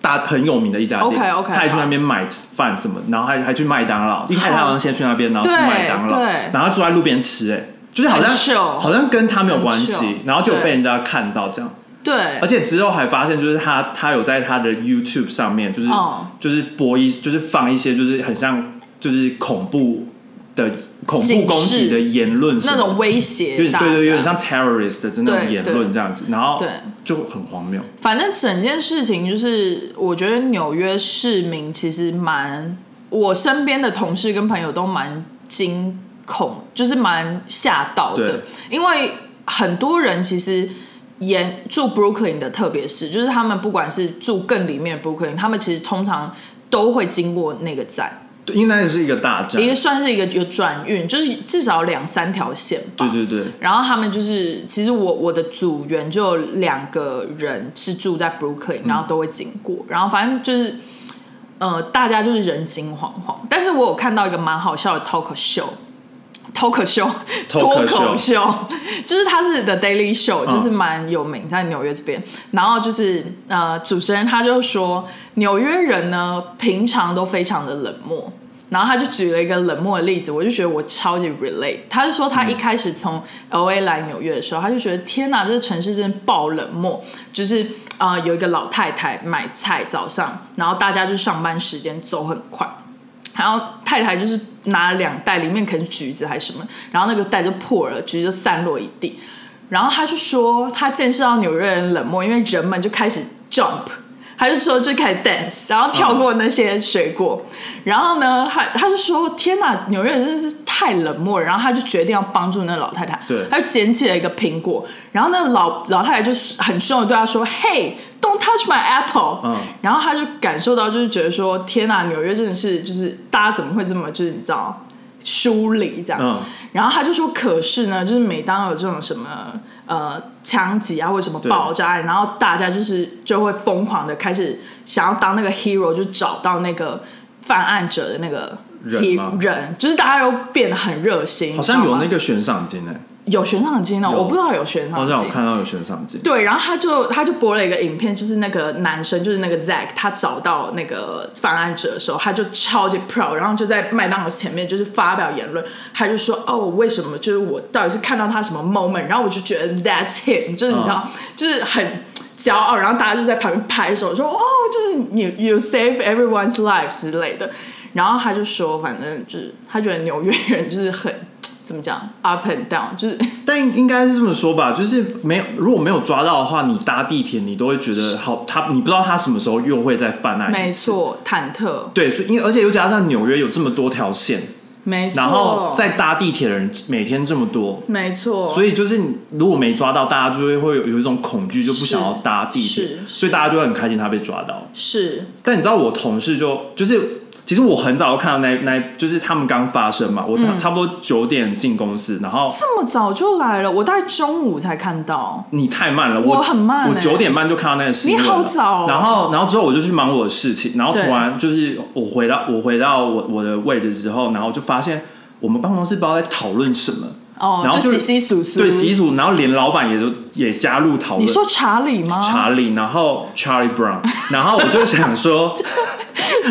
Speaker 1: 大很有名的一家店。
Speaker 2: OK，OK，
Speaker 1: 他还去那边买饭什么，然后还还去麦当劳。一开始他好像先去那边，然后去
Speaker 2: 对
Speaker 1: 麦当劳
Speaker 2: 对，
Speaker 1: 然后坐在路边吃、哎，就是好像
Speaker 2: 很 chill
Speaker 1: 好像跟他没有关
Speaker 2: 很
Speaker 1: 系
Speaker 2: chill，
Speaker 1: 然后就
Speaker 2: 对
Speaker 1: 被人家看到这样。
Speaker 2: 对，
Speaker 1: 而且之后还发现，就是他他有在他的 YouTube 上面，就是、
Speaker 2: 哦
Speaker 1: 就是播一就是放一些就是很像就是恐怖的恐怖
Speaker 2: 警示
Speaker 1: 攻击的言论什么
Speaker 2: 那
Speaker 1: 的，
Speaker 2: 种威
Speaker 1: 有
Speaker 2: 胁
Speaker 1: 点对
Speaker 2: 大家，
Speaker 1: 对，对有点像 terrorist 的那种
Speaker 2: 对
Speaker 1: 言
Speaker 2: 对
Speaker 1: 论这样子，然后
Speaker 2: 对
Speaker 1: 就很荒谬。
Speaker 2: 反正整件事情就是，我觉得纽约市民其实蛮，我身边的同事跟朋友都蛮惊恐，就是蛮吓到
Speaker 1: 对
Speaker 2: 的，因为很多人其实。沿住 Brooklyn 的，特别是就是他们不管是住更里面的 Brooklyn，他们其实通常都会经过那个站，
Speaker 1: 对，应该是一个大战
Speaker 2: 一。个算是一个有转运，就是至少两三条线吧。
Speaker 1: 对对对，
Speaker 2: 然后他们就是，其实我我的组员就有两个人是住在 Brooklyn，然后都会经过，然后反正就是，呃，大家就是人心惶惶。但是我有看到一个蛮好笑的 talk show。脱口秀，
Speaker 1: 脱口秀
Speaker 2: 口秀， 就是他是 The Daily Show，
Speaker 1: 嗯
Speaker 2: 就是蛮有名，在纽约这边。然后就是呃，主持人他就说，纽约人呢平常都非常的冷漠，然后他就举了一个冷漠的例子，我就觉得我超级 relate。他就说他一开始从 L A 来纽约的时候，他就觉得天哪，这个城市真的爆冷漠。就是呃，有一个老太太买菜早上，然后大家就上班时间走很快，然后太太就是拿了两袋，里面可能橘子还是什么，然后那个袋就破了，橘子就散落一地。然后他就说，他见识到纽约人冷漠，因为人们就开始 jump，他就说就开始 dance，然后跳过那些水果。然后呢，他他就说，天哪，纽约人真的是太冷漠了，然后他就决定要帮助那个老太太，
Speaker 1: 对
Speaker 2: 他就捡起了一个苹果，然后那个老老太太就很凶的对他说：“Hey, don't touch my apple。”
Speaker 1: 嗯
Speaker 2: 然后他就感受到，就是觉得说：“天哪，纽约真的是，就是大家怎么会这么，就是你知道疏离这样？”
Speaker 1: 嗯
Speaker 2: 然后他就说：“可是呢，就是每当有这种什么呃枪击啊，或者什么爆炸案，然后大家就是就会疯狂的开始想要当那个 hero，就找到那个犯案者的那个
Speaker 1: 人
Speaker 2: he-
Speaker 1: 吗
Speaker 2: 人就是大家又变得很热心，
Speaker 1: 好像
Speaker 2: 你知
Speaker 1: 有
Speaker 2: 道吗
Speaker 1: 那个悬赏金哎、
Speaker 2: 有悬赏金哦，
Speaker 1: 有
Speaker 2: 我不知道有悬赏
Speaker 1: 好
Speaker 2: 金。
Speaker 1: 像有看到有悬赏金，
Speaker 2: 对，然后他就他就播了一个影片，就是那个男生，就是那个 Zack，他找到那个犯案者的时候，他就超级 proud，然后就在麦当劳前面就是发表言论，他就说哦，为什么就是我到底是看到他什么 moment，然后我就觉得 that's him，就是你知
Speaker 1: 嗯
Speaker 2: 道，就是很骄傲，然后大家就在旁边拍手说哦，就是你 you save everyone's life 之类的，然后他就说，反正就是他觉得纽约人就是很怎么讲 up and down，就是。
Speaker 1: 但应该是这么说吧，就是没有如果没有抓到的话，你搭地铁你都会觉得好，他你不知道他什么时候又会再犯案，
Speaker 2: 没，错，忐忑，
Speaker 1: 对，所以因为而且又加上纽约有这么多条线，
Speaker 2: 没错。
Speaker 1: 然后再搭地铁的人每天这么多，
Speaker 2: 没错，
Speaker 1: 所以就是你如果没抓到，大家就会会有有一种恐惧，就不想要搭地铁
Speaker 2: 是，是
Speaker 1: 所以大家就会很开心他被抓到。
Speaker 2: 是
Speaker 1: 但你知道我同事就就是。其实我很早就看到那那，就是他们刚发生嘛，我
Speaker 2: 嗯
Speaker 1: 差不多九点进公司，然后
Speaker 2: 这么早就来了，我大概中午才看到。
Speaker 1: 你太慢了，
Speaker 2: 我很慢欸
Speaker 1: 我九点半就看到那个新闻了，
Speaker 2: 你好早哦
Speaker 1: 然后，然后之后我就去忙我的事情，然后突
Speaker 2: 对
Speaker 1: 然就是我回到我回到我我的位置之后，然后就发现我们办公室不知道在讨论什么，
Speaker 2: 哦，
Speaker 1: 然后就
Speaker 2: 洗洗簌簌。
Speaker 1: 对，习俗，然后连老板也都也加入讨论。
Speaker 2: 你说查理吗？
Speaker 1: 查理，然后 Charlie Brown，然后我就想 说，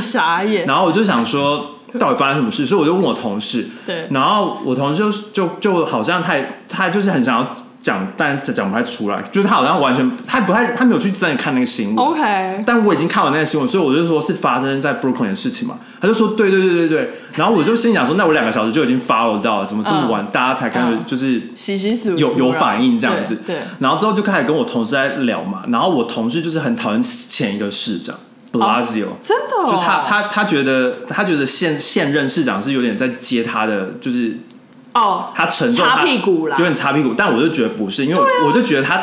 Speaker 2: 傻眼。
Speaker 1: 然后我就想说， 到底发生什么事？所以我就问我同事，
Speaker 2: 对
Speaker 1: 然后我同事就就就好像他也他就是很想要讲，但讲不太出来，就是他好像完全他不太他没有去真的看那个新闻。
Speaker 2: 哦 OK，
Speaker 1: 但我已经看完那个新闻，所以我就说是发生在 Brooklyn 的事情嘛。他就说对对对对对，然后我就心想说，那我两个小时就已经 follow 到了，怎么这么晚、大家才开始
Speaker 2: 嗯
Speaker 1: 就是
Speaker 2: 洗洗簌簌
Speaker 1: 有有反应这样子，
Speaker 2: 对，对
Speaker 1: 然后之后就开始跟我同事在聊嘛，然后我同事就是很讨厌前一个市长 Blasio，、
Speaker 2: 真的、哦。
Speaker 1: 就他他他觉得他觉得现现任市长是有点在接他的，就是
Speaker 2: 哦，
Speaker 1: 他承受
Speaker 2: 擦
Speaker 1: 他
Speaker 2: 屁股啦啊
Speaker 1: 有点擦屁股，但我就觉得不是，因为我,、就觉得他。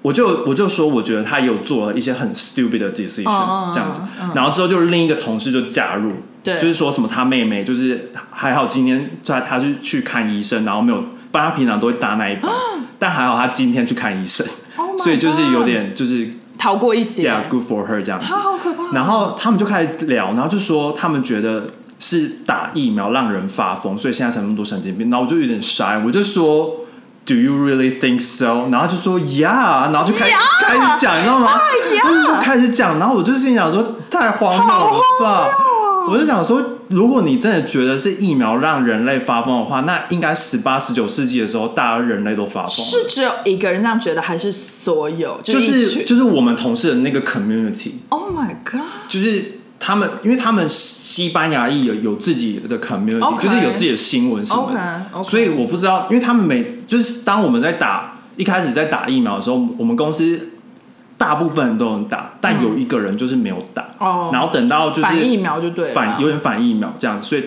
Speaker 1: 我就我就说，我觉得他有做了一些很 stupid 的 decisions
Speaker 2: 嗯嗯
Speaker 1: 这样子
Speaker 2: 嗯，
Speaker 1: 然后之后就另一个同事就加入，
Speaker 2: 对
Speaker 1: 就是说什么他妹妹就是还好今天他他去去看医生，然后没有，不然他平常都会搭那一 班，但还好他今天去看医生
Speaker 2: Oh my，
Speaker 1: 所以就是有点就是
Speaker 2: 逃过一劫。
Speaker 1: yeah good for her 这样子，
Speaker 2: 他好可怕。
Speaker 1: 然后他们就开始聊，然后就说他们觉得是打疫苗让人发疯，所以现在才那么多神经病。然后我就有点傻眼，我就说 Do you really think so？然后他就说 Yeah，然后就啊开始开始讲，你知道吗？他们就开始讲，然后我就心想说太荒谬啊了吧！我就想说，如果你真的觉得是疫苗让人类发疯的话，那应该十八、十九世纪的时候，大家人类都发疯了。
Speaker 2: 是只有一个人这样觉得，还是所有？
Speaker 1: 就
Speaker 2: 就一
Speaker 1: 是
Speaker 2: 群
Speaker 1: 就是我们同事的那个 community，
Speaker 2: Oh my God！
Speaker 1: 就是他们，因为他们西班牙裔有有自己的 community，、
Speaker 2: OK
Speaker 1: 就是有自己的新闻什么的
Speaker 2: OK，OK
Speaker 1: 所以我不知道，因为他们每就是当我们在打一开始在打疫苗的时候，我们公司大部分人都能打，但有一个人就是没有打，
Speaker 2: 哦
Speaker 1: 然后等到就是
Speaker 2: 反疫苗就对了。
Speaker 1: 反有点反疫苗这样，所以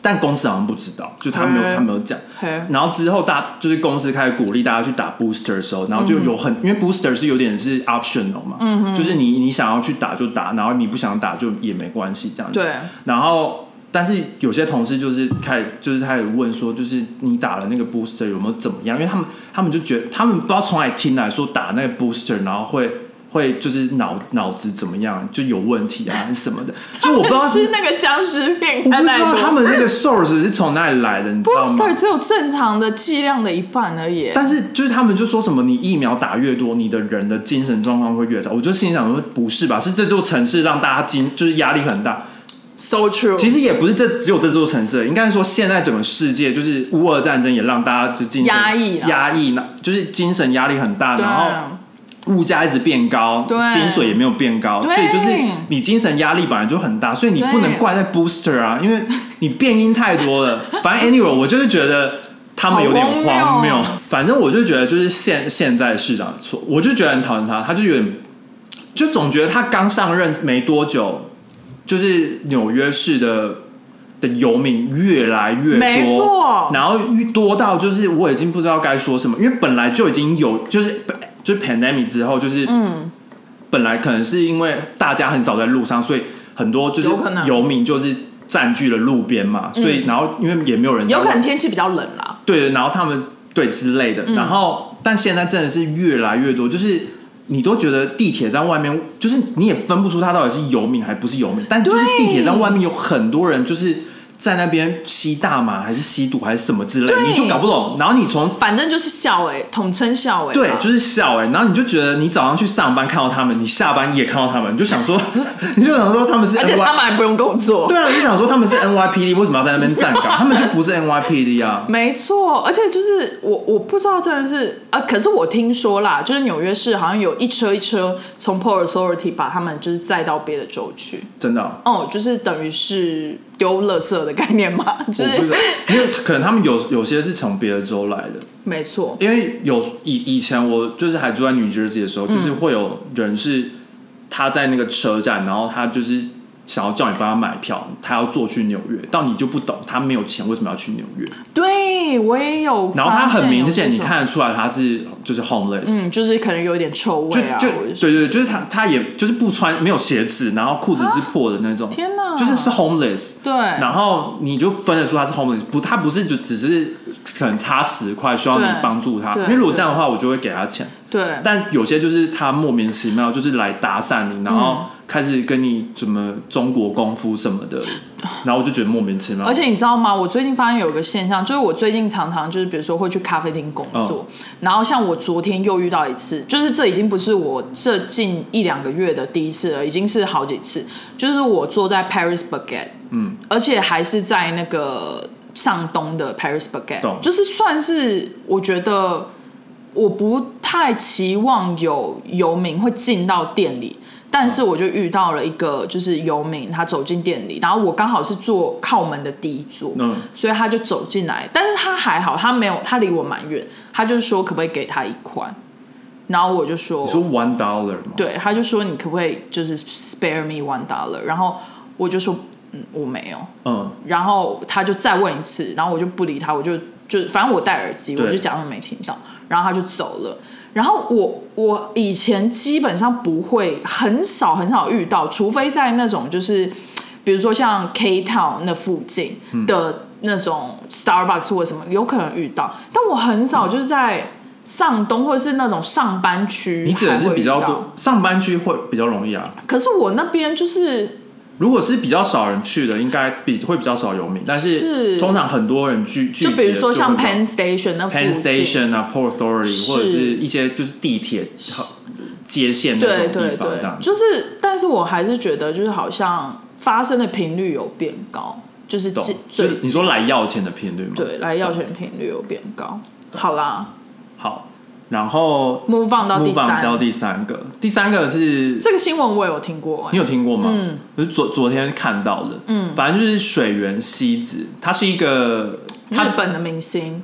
Speaker 1: 但公司好像不知道，就他没有、
Speaker 2: 嘿
Speaker 1: 他没有讲。
Speaker 2: 嗯嘿
Speaker 1: 然后之后大就是公司开始鼓励大家去打 booster 的时候，然后就有很、
Speaker 2: 嗯
Speaker 1: 因为 booster 是有点是 optional 嘛，就是你你想要去打就打，然后你不想打就也没关系这样子。
Speaker 2: 对。
Speaker 1: 然后但是有些同事就是开始就是开始问说，就是你打了那个 booster 有没有怎么样？因为他们他们就觉得他们不知道从哪里听来说打那个 booster，然后会。会就是脑脑子怎么样就有问题啊什么的，就我不知道
Speaker 2: 是那个僵尸片
Speaker 1: 我不
Speaker 2: 看
Speaker 1: 知
Speaker 2: 太
Speaker 1: 道
Speaker 2: 多。
Speaker 1: 他们那个 source 是从哪里来的，你知道
Speaker 2: booster
Speaker 1: 吗？
Speaker 2: 只有正常的剂量的一半而已。
Speaker 1: 但是就是他们就说什么你疫苗打越多，你的人的精神状况会越差。我就心想说不是吧？是这座城市让大家精就是压力很大。
Speaker 2: So true。
Speaker 1: 其实也不是这只有这座城市，应该说现在整个世界就是乌俄战争也让大家就精神
Speaker 2: 压抑啦
Speaker 1: 压抑，就是精神压力很大，
Speaker 2: 对啊
Speaker 1: 然后物价一直变高，
Speaker 2: 对
Speaker 1: 薪水也没有变高，
Speaker 2: 对
Speaker 1: 所以就是你精神压力本来就很大，所以你不能
Speaker 2: 对
Speaker 1: 怪在 booster 啊，因为你变音太多 了。反正 anyway，我就是觉得他们有点荒
Speaker 2: 好荒
Speaker 1: 谬
Speaker 2: 谬。
Speaker 1: 反正我就觉得就是现现在市长的错，我就觉得很讨厌他，他就有点就总觉得他刚上任没多久，就是纽约市的的游民越来越多，
Speaker 2: 没错
Speaker 1: 然后多到就是我已经不知道该说什么，因为本来就已经有就是就是 pandemic 之后就是
Speaker 2: 嗯，
Speaker 1: 本来可能是因为大家很少在路上，所以很多就是
Speaker 2: 有可能嗯
Speaker 1: 游民就是占据了路边嘛，所以然后因为也没有人在
Speaker 2: 有可能
Speaker 1: 问
Speaker 2: 天气比较冷啦，
Speaker 1: 对，然后他们对之类的，
Speaker 2: 嗯
Speaker 1: 然后但现在真的是越来越多，就是你都觉得地铁站外面，就是你也分不出他到底是游民还不是游民，但就是
Speaker 2: 对
Speaker 1: 地铁站外面有很多人就是。在那边吸大麻还是吸毒还是什么之类的，
Speaker 2: 对
Speaker 1: 你就搞不懂。然后你从
Speaker 2: 反正就是校委，统称啊校委啦，
Speaker 1: 对，就是笑哎、然后你就觉得你早上去上班看到他们，你下班也看到他们，你就想说， 你就想说他们是
Speaker 2: 而且
Speaker 1: N Y，
Speaker 2: 他们还不用工作，
Speaker 1: 对啊，你就想说他们是 N Y P D，为什么要在那边站岗？他们就不是 N Y P D 啊，
Speaker 2: 没错，而且就是我我不知道真的是啊，可是我听说啦，就是纽约市好像有一车一车从 Port Authority 把他们就是载到别的州去，
Speaker 1: 真的哦、
Speaker 2: 哦，就是等于是丢垃圾的概念嘛， 就
Speaker 1: 我不知道
Speaker 2: 是，
Speaker 1: 因为可能他们有有些是从别的州来的，
Speaker 2: 没错，
Speaker 1: 因为有以以前我就是还住在 New Jersey 的时候，
Speaker 2: 嗯
Speaker 1: 就是会有人是他在那个车站，然后他就是想要叫你帮他买票，他要坐去纽约，到你就不懂他没有钱为什么要去纽约，
Speaker 2: 对我也有，
Speaker 1: 然后他很明显你，看得出来他是就是 homeless，、
Speaker 2: 嗯，就是可能有一点臭
Speaker 1: 就
Speaker 2: 味啊，
Speaker 1: 就
Speaker 2: 或者是
Speaker 1: 对对，对就是他他也就是不穿没有鞋子，然后裤子是破的那种，
Speaker 2: 天哪
Speaker 1: 就是是 homeless。
Speaker 2: 对，
Speaker 1: 然后你就分得出他是 homeless，不，他不是就只是可能差十块需要你
Speaker 2: 对
Speaker 1: 帮助他，
Speaker 2: 对
Speaker 1: 因为如果这样的话，我就会给他钱。
Speaker 2: 对，
Speaker 1: 但有些就是他莫名其妙就是来搭讪你，然后开始跟你什么中国功夫什么的，然后我就觉得莫名其妙。
Speaker 2: 嗯而且你知道吗？我最近发现有一个现象，就是我最近常常就是比如说会去咖啡厅工作，
Speaker 1: 嗯
Speaker 2: 然后像我昨天又遇到一次，就是这已经不是我这近一两个月的第一次了，已经是好几次。就是我坐在 Paris Baguette，
Speaker 1: 嗯，
Speaker 2: 而且还是在那个上东的 Paris
Speaker 1: 懂
Speaker 2: Baguette，就是算是我觉得我不太期望有游民会进到店里，但是我就遇到了一个就是游民，他走进店里，然后我刚好是坐靠门的第一桌，
Speaker 1: 嗯
Speaker 2: 所以他就走进来，但是他还好，他没有，他离我蛮远，他就说可不可以给他一块，然后我就说，
Speaker 1: 你说 one dollar 吗？
Speaker 2: 对，他就说你可不可以就是 spare me one dollar，然后我就说嗯我没有，
Speaker 1: 嗯，
Speaker 2: 然后他就再问一次，然后我就不理他，我就就反正我戴耳机，
Speaker 1: 对
Speaker 2: 我就假装没听到，然后他就走了。然后我我以前基本上不会，很少很少遇到，除非在那种就是比如说像 K Town 那附近的那种 Starbucks 或者什么，有可能遇到，但我很少就是在上东或者是那种上班区，
Speaker 1: 你指的是比较多。上班区会比较容易啊。
Speaker 2: 可是我那边就是
Speaker 1: 如果是比较少人去的，应该比会比较少游民，但
Speaker 2: 是
Speaker 1: 通常很多人聚聚集
Speaker 2: 就
Speaker 1: 的
Speaker 2: 比如说像
Speaker 1: 就会
Speaker 2: Penn Station 那附近
Speaker 1: Penn Station 啊、Port Authority
Speaker 2: 是
Speaker 1: 或者是一些就是地铁接线那
Speaker 2: 对
Speaker 1: 种
Speaker 2: 对
Speaker 1: 地方这样子。
Speaker 2: 对，就是，但是我还是觉得，就是好像发生的频率有变高，就是
Speaker 1: 懂
Speaker 2: 近，
Speaker 1: 所以
Speaker 2: 最
Speaker 1: 你说来要钱的频率吗？
Speaker 2: 对来药选频率有变高。好啦
Speaker 1: 好，然后
Speaker 2: ，move on 到第
Speaker 1: move
Speaker 2: 三
Speaker 1: on 到第三个，第三个是
Speaker 2: 这个新闻我有听过、
Speaker 1: 你
Speaker 2: 欸，
Speaker 1: 有听过吗？
Speaker 2: 嗯，
Speaker 1: 就是昨昨天看到的，
Speaker 2: 嗯
Speaker 1: 反正就是水原希子，她是一个她
Speaker 2: 日本的明星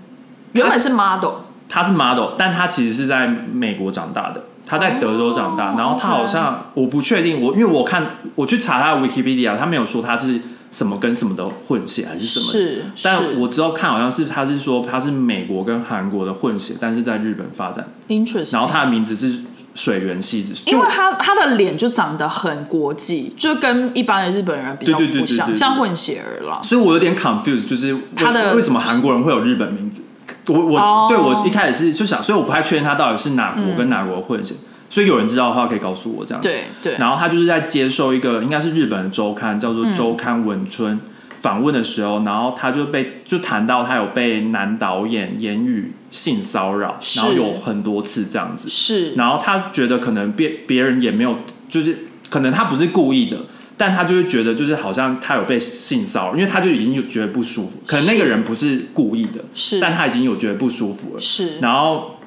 Speaker 2: 原本是 model，
Speaker 1: 他是 model，但他其实是在美国长大的，他在德州长大，
Speaker 2: 哦
Speaker 1: 然后他好像我不确定，我因为我看我去查他的 Wikipedia，他没有说他是什么跟什么的混血还是什么的，
Speaker 2: 是，
Speaker 1: 但我知道看好像是他是说他是美国跟韩国的混血，但是在日本发展，
Speaker 2: interest，
Speaker 1: 然后他的名字是水原希子，
Speaker 2: 因
Speaker 1: 就
Speaker 2: 为他他的脸就长得很国际，就跟一般的日本人比较
Speaker 1: 对对对
Speaker 2: 不
Speaker 1: 对对
Speaker 2: 像，
Speaker 1: 对
Speaker 2: 像混血儿啦。
Speaker 1: 所以我有点 confused，就是为
Speaker 2: 他的
Speaker 1: 为什么韩国人会有日本名字？我我、
Speaker 2: 哦
Speaker 1: 对我一开始是就想，所以我不太确定他到底是哪国跟哪国混血，所以有人知道的话可以告诉我这样子。
Speaker 2: 嗯对对，嗯
Speaker 1: 然后他就是在接受一个应该是日本的周刊，叫做《周刊文春》访问的时候，然后他就被就谈到他有被男导演言语性骚扰，
Speaker 2: 是
Speaker 1: 然后有很多次这样子，
Speaker 2: 是
Speaker 1: 然后他觉得可能别别人也没有，就是可能他不是故意的。但他就会觉得，就是好像他有被性骚扰，因为他就已经有觉得不舒服。可能那个人不是故意的，
Speaker 2: 是
Speaker 1: 但他已经有觉得不舒服了。
Speaker 2: 是，
Speaker 1: 然后，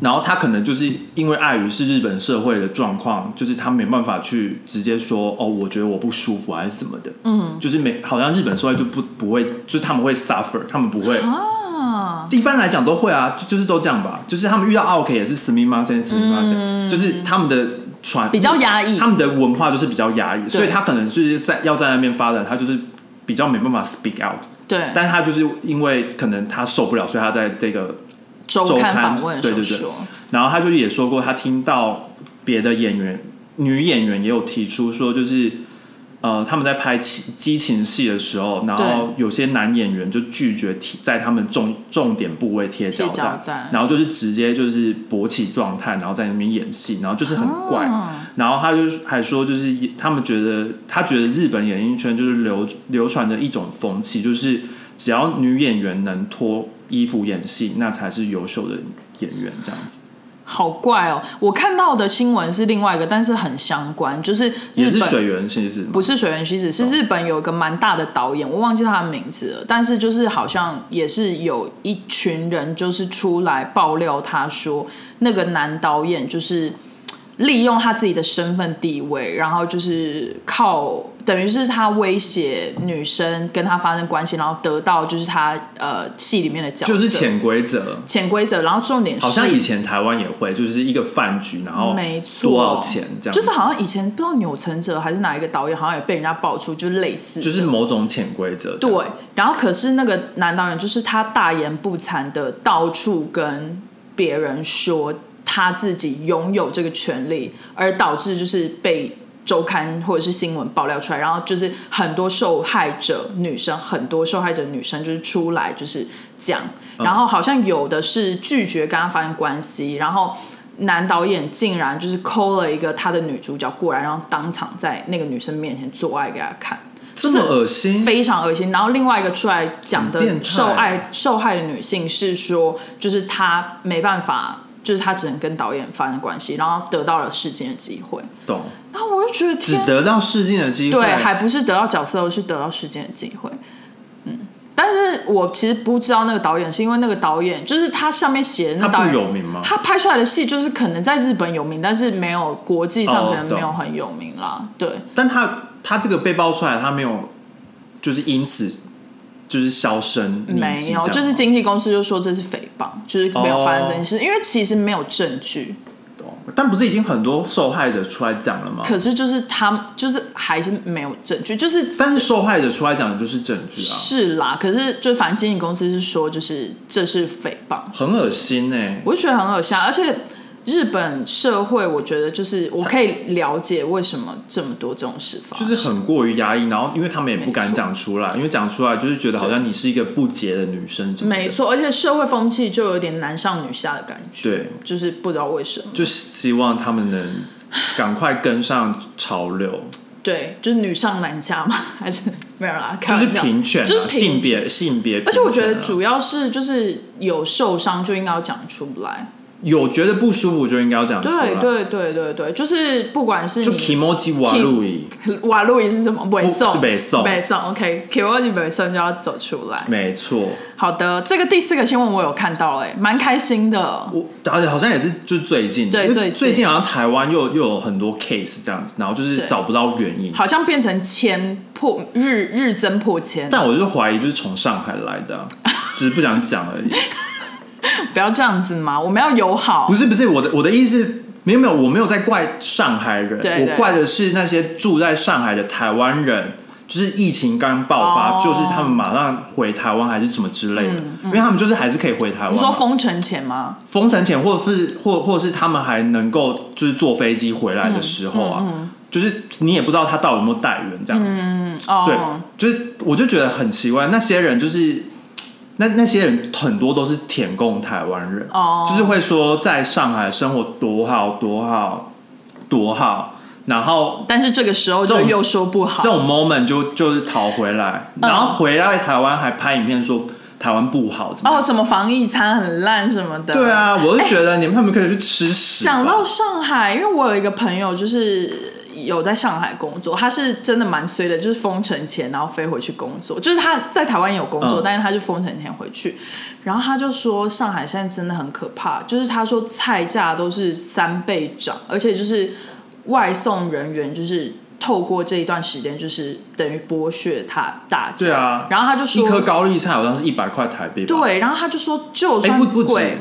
Speaker 1: 然后他可能就是因为碍于是日本社会的状况，就是他没办法去直接说哦，我觉得我不舒服还是什么的，
Speaker 2: 嗯
Speaker 1: 就是没好像日本社会就不不会，就是他们会 suffer，他们不会。
Speaker 2: 啊，
Speaker 1: 一般来讲都会啊，就就是都这样吧。就是他们遇到 OK 也是 s m i m a s e n s m i m a s e n 就是他们的传
Speaker 2: 嗯比较压抑
Speaker 1: 他，们的文化就是比较压抑，所以他可能就是在要在那边发展，他就是比较没办法 speak out，
Speaker 2: 对，
Speaker 1: 但他就是因为可能他受不了，所以他在这个，
Speaker 2: 周
Speaker 1: 周
Speaker 2: 刊
Speaker 1: 刊
Speaker 2: 访问的时候
Speaker 1: 对对对
Speaker 2: 说，
Speaker 1: 然后他就也说过，他听到别的演员女演员也有提出说，就是呃他们在拍激激情戏的时候，然后有些男演员就拒绝贴在他们重重点部位贴胶
Speaker 2: 贴胶带
Speaker 1: 然后就是直接就是勃起状态，然后在那边演戏，然后就是很怪。
Speaker 2: 啊
Speaker 1: 然后他就还说，就是也他们觉得，他觉得日本演艺圈就是流流传着一种风气，就是只要女演员能脱衣服演戏，那才是优秀的演员这样子。
Speaker 2: 好怪哦。我看到的新闻是另外一个，但是很相关，就是
Speaker 1: 也
Speaker 2: 日
Speaker 1: 是
Speaker 2: 本
Speaker 1: 水源哦其实
Speaker 2: 不是水原希子，是日本有一个蛮大的导演，我忘记他的名字了。但是就是好像也是有一群人就是出来爆料，他说那个男导演就是利用他自己的身份地位，然后就是靠等于是他威胁女生跟他发生关系，然后得到就是他呃戏里面的角色，
Speaker 1: 就是潜规则，
Speaker 2: 潜规则。然后重点是
Speaker 1: 好像以前台湾也会，就是一个饭局，然后
Speaker 2: 没错
Speaker 1: 多少钱这样
Speaker 2: 就
Speaker 1: 子，
Speaker 2: 是好像以前不知道钮承泽还是哪一个导演，好像也被人家爆出就是类似的，
Speaker 1: 就是某种潜规则。
Speaker 2: 对，然后可是那个男导演就是他大言不惭的到处跟别人说他自己拥有这个权利，而导致就是被周刊或者是新闻爆料出来，然后就是很多受害者女生，很多受害者女生就是出来就是讲，然后好像有的是拒绝跟他发生关系，然后。男导演竟然就是抠了一个他的女主角过来，然后当场在那个女生面前做爱给她看，
Speaker 1: 这
Speaker 2: 是
Speaker 1: 么恶心，
Speaker 2: 非常恶心。然后另外一个出来讲的
Speaker 1: 很变态
Speaker 2: 受害受害的女性是说，就是她没办法，就是她只能跟导演发生关系，然后得到了试镜的机会。
Speaker 1: 懂？
Speaker 2: 然后我就觉得
Speaker 1: 只
Speaker 2: 天，啊
Speaker 1: 得到试镜的机会，
Speaker 2: 对，还不是得到角色，是得到试镜的机会。嗯，但是我其实不知道那个导演，是因为那个导演就是他上面写的
Speaker 1: 他
Speaker 2: 那导
Speaker 1: 不
Speaker 2: 演
Speaker 1: 有名吗？
Speaker 2: 他拍出来的戏就是可能在日本有名，但是没有国际上
Speaker 1: 哦
Speaker 2: 可能没有
Speaker 1: 懂
Speaker 2: 很有名啦。对，
Speaker 1: 但他他这个被爆出来，他没有就是因此就是销声匿
Speaker 2: 没
Speaker 1: 迹这样
Speaker 2: 有，
Speaker 1: 吗，
Speaker 2: 就是经纪公司就说这是诽谤，就是没有发生这件
Speaker 1: 哦
Speaker 2: 事，因为其实没有证据。
Speaker 1: 懂但不是已经很多受害者出来讲了吗？
Speaker 2: 可是就是他们就是还是没有证据，就是
Speaker 1: 但是啊受害者出来讲的就是证据啊，
Speaker 2: 是啦。可是就反正经纪公司是说，就是这是诽谤，
Speaker 1: 很恶心哎、
Speaker 2: 我就觉得很恶心啊。而且日本社会，我觉得就是我可以了解为什么这么多这种事发
Speaker 1: 就
Speaker 2: 生，
Speaker 1: 是很过于压抑，然后因为他们也不
Speaker 2: 没
Speaker 1: 敢
Speaker 2: 错
Speaker 1: 讲出来，因为讲出来就是觉得好像你是一个不洁的女生什么的
Speaker 2: 没，错。而且社会风气就有点男上女下的感觉，
Speaker 1: 对，
Speaker 2: 就是不知道为什么。
Speaker 1: 就希望他们能赶快跟上潮流，
Speaker 2: 对，就是女上男下嘛，还是没有啦，开
Speaker 1: 就是
Speaker 2: 玩笑
Speaker 1: 平权、啊，
Speaker 2: 就是平
Speaker 1: 性别性别平权啊、
Speaker 2: 而且我觉得主要是就是有受伤就应该要讲出来，
Speaker 1: 有觉得不舒服就应该要讲出来，
Speaker 2: 对对对对对，就是不管是
Speaker 1: 就
Speaker 2: 你
Speaker 1: Kimoji 瓦路伊，
Speaker 2: 瓦路易是什么北
Speaker 1: 就
Speaker 2: 宋
Speaker 1: 北宋
Speaker 2: 北宋 OK，k i w a 北宋就要走出来。
Speaker 1: 没错，
Speaker 2: 好的，这个第四个新闻我有看到、哎，蛮开心的。
Speaker 1: 我而且好像也是就最近，
Speaker 2: 对
Speaker 1: 因为
Speaker 2: 最
Speaker 1: 最
Speaker 2: 近
Speaker 1: 近好像台湾又又有很多 case 这样子，然后就是
Speaker 2: 对
Speaker 1: 找不到原因，
Speaker 2: 好像变成千破日日增破千，
Speaker 1: 但我就怀疑就是从上海来的啊、只是不想讲而已。
Speaker 2: 不要这样子嘛！我们要友好
Speaker 1: 不，是不是，我的我的意思是没有没有，我没有在怪上海人，
Speaker 2: 对对
Speaker 1: 我怪的是那些住在上海的台湾人。就是疫情刚爆发
Speaker 2: 哦
Speaker 1: 就是他们马上回台湾还是什么之类的，因为他们就是还是可以回台湾嘛。
Speaker 2: 你说封城前吗？
Speaker 1: 封城前，或者是或或者是他们还能够就是坐飞机回来的时候啊，就是你也不知道他到底有没有带源这样，
Speaker 2: 嗯，哦，
Speaker 1: 对，就是我就觉得很奇怪，那些人就是。那那些人很多都是舔共台湾人
Speaker 2: 哦
Speaker 1: 就是会说在上海生活多好多好多好，然后
Speaker 2: 但是这个时候就
Speaker 1: 这种
Speaker 2: 又说不好
Speaker 1: 这，种 moment 就就是逃回来，
Speaker 2: 嗯
Speaker 1: 然后回来台湾还拍影片说台湾不好，怎么样
Speaker 2: 哦，什么防疫餐很烂什么的，
Speaker 1: 对啊，我就觉得你们他们可以去吃屎吧。
Speaker 2: 讲到上海，因为我有一个朋友就是有在上海工作，他是真的蛮衰的，就是封城前然后飞回去工作，就是他在台湾也有工作，
Speaker 1: 嗯
Speaker 2: 但是他就封城前回去，然后他就说上海现在真的很可怕，就是他说菜价都是三倍涨，而且就是外送人员就是。透过这一段时间，就是等于剥削他大家。
Speaker 1: 对啊
Speaker 2: 然后他就
Speaker 1: 一
Speaker 2: 说，
Speaker 1: 颗高丽菜好像是一百块台币吧，
Speaker 2: 对，然后他就说，就
Speaker 1: 哎、
Speaker 2: 算
Speaker 1: 不不
Speaker 2: 贵、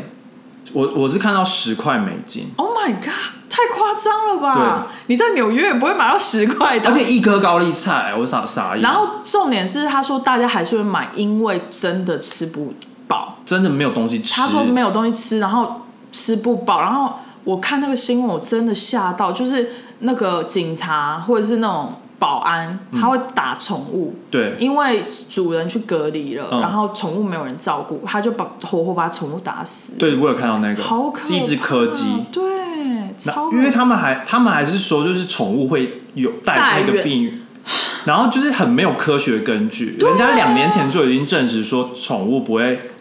Speaker 1: 止，我我是看到十块美金，
Speaker 2: o h Oh my god，太夸张了吧！你在纽约也不会买到十块的
Speaker 1: 而。且一颗高丽菜，我傻傻眼。
Speaker 2: 然后重点是，他说大家还是会买，因为真的吃不饱。
Speaker 1: 真的没有东西吃，
Speaker 2: 他说没有东西吃，然后吃不饱。然后我看那个新闻，我真的吓到，就是那个警察或者是那种保安，他会打宠物，
Speaker 1: 嗯对，
Speaker 2: 因为主人去隔离了，
Speaker 1: 嗯
Speaker 2: 然后宠物没有人照顾，他就把活活把宠物打死。
Speaker 1: 对我有看到那个，
Speaker 2: 好可怕！
Speaker 1: 是一只柯基。
Speaker 2: 对，超
Speaker 1: 那
Speaker 2: 可
Speaker 1: 因为他们还他们还是说，就是宠物会有带那
Speaker 2: 带
Speaker 1: 个
Speaker 2: 源
Speaker 1: 病，然后就是很没有科学根据。
Speaker 2: 啊
Speaker 1: 人家两年前就已经证实说，宠物不会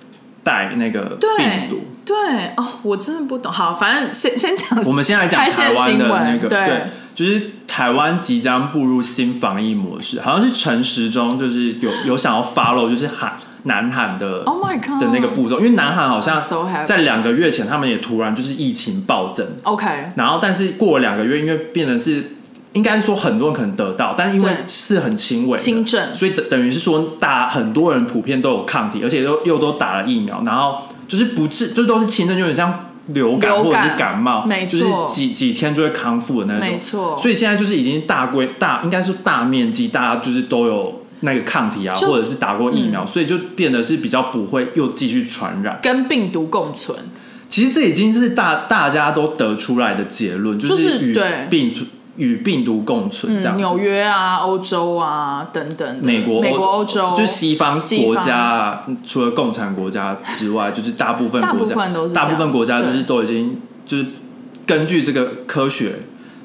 Speaker 1: 带那个病
Speaker 2: 对
Speaker 1: 毒。
Speaker 2: 对哦，我真的不懂。好，反正先先讲，
Speaker 1: 我们先来讲
Speaker 2: 开线
Speaker 1: 台湾的
Speaker 2: 新闻
Speaker 1: 那个，
Speaker 2: 对
Speaker 1: 对，就是台湾即将步入新防疫模式，好像是陈时中就是有有想要 follow，就是韩南韩的
Speaker 2: Oh my god
Speaker 1: 的那个步骤，因为南韩好像
Speaker 2: I'm so happy
Speaker 1: 在两个月前他们也突然就是疫情暴增，
Speaker 2: OK，
Speaker 1: 然后但是过了两个月，因为变成是。应该是说很多人可能得到，但因为
Speaker 2: 对
Speaker 1: 是很轻微的，
Speaker 2: 轻症
Speaker 1: 所以等等于是说大很多人普遍都有抗体，而且都又都打了疫苗，然后就是不治，就都是轻症，就有点像流感
Speaker 2: 流
Speaker 1: 或者
Speaker 2: 感
Speaker 1: 是感冒，
Speaker 2: 没
Speaker 1: 就是
Speaker 2: 错
Speaker 1: 几几天就会康复的那种。
Speaker 2: 没错
Speaker 1: 所以现在就是已经大规大，应该说大面积，大家就是都有那个抗体啊，
Speaker 2: 就嗯
Speaker 1: 或者是打过疫苗，所以就变得是比较不会又继续传染。
Speaker 2: 跟病毒共存，
Speaker 1: 其实这已经是大大家都得出来的结论，就
Speaker 2: 就是
Speaker 1: 是与
Speaker 2: 对
Speaker 1: 病毒与病毒共存这样
Speaker 2: 嗯，
Speaker 1: 子。
Speaker 2: 纽约啊、欧洲啊等等的，
Speaker 1: 美国、
Speaker 2: 美国、欧洲，
Speaker 1: 就是西方
Speaker 2: 西
Speaker 1: 国
Speaker 2: 方
Speaker 1: 家啊，除了共产国家之外，就是大部分
Speaker 2: 大部
Speaker 1: 国家，
Speaker 2: 分都是这
Speaker 1: 大
Speaker 2: 样
Speaker 1: 部分国家就是
Speaker 2: 对
Speaker 1: 都已经就是根据这个科学，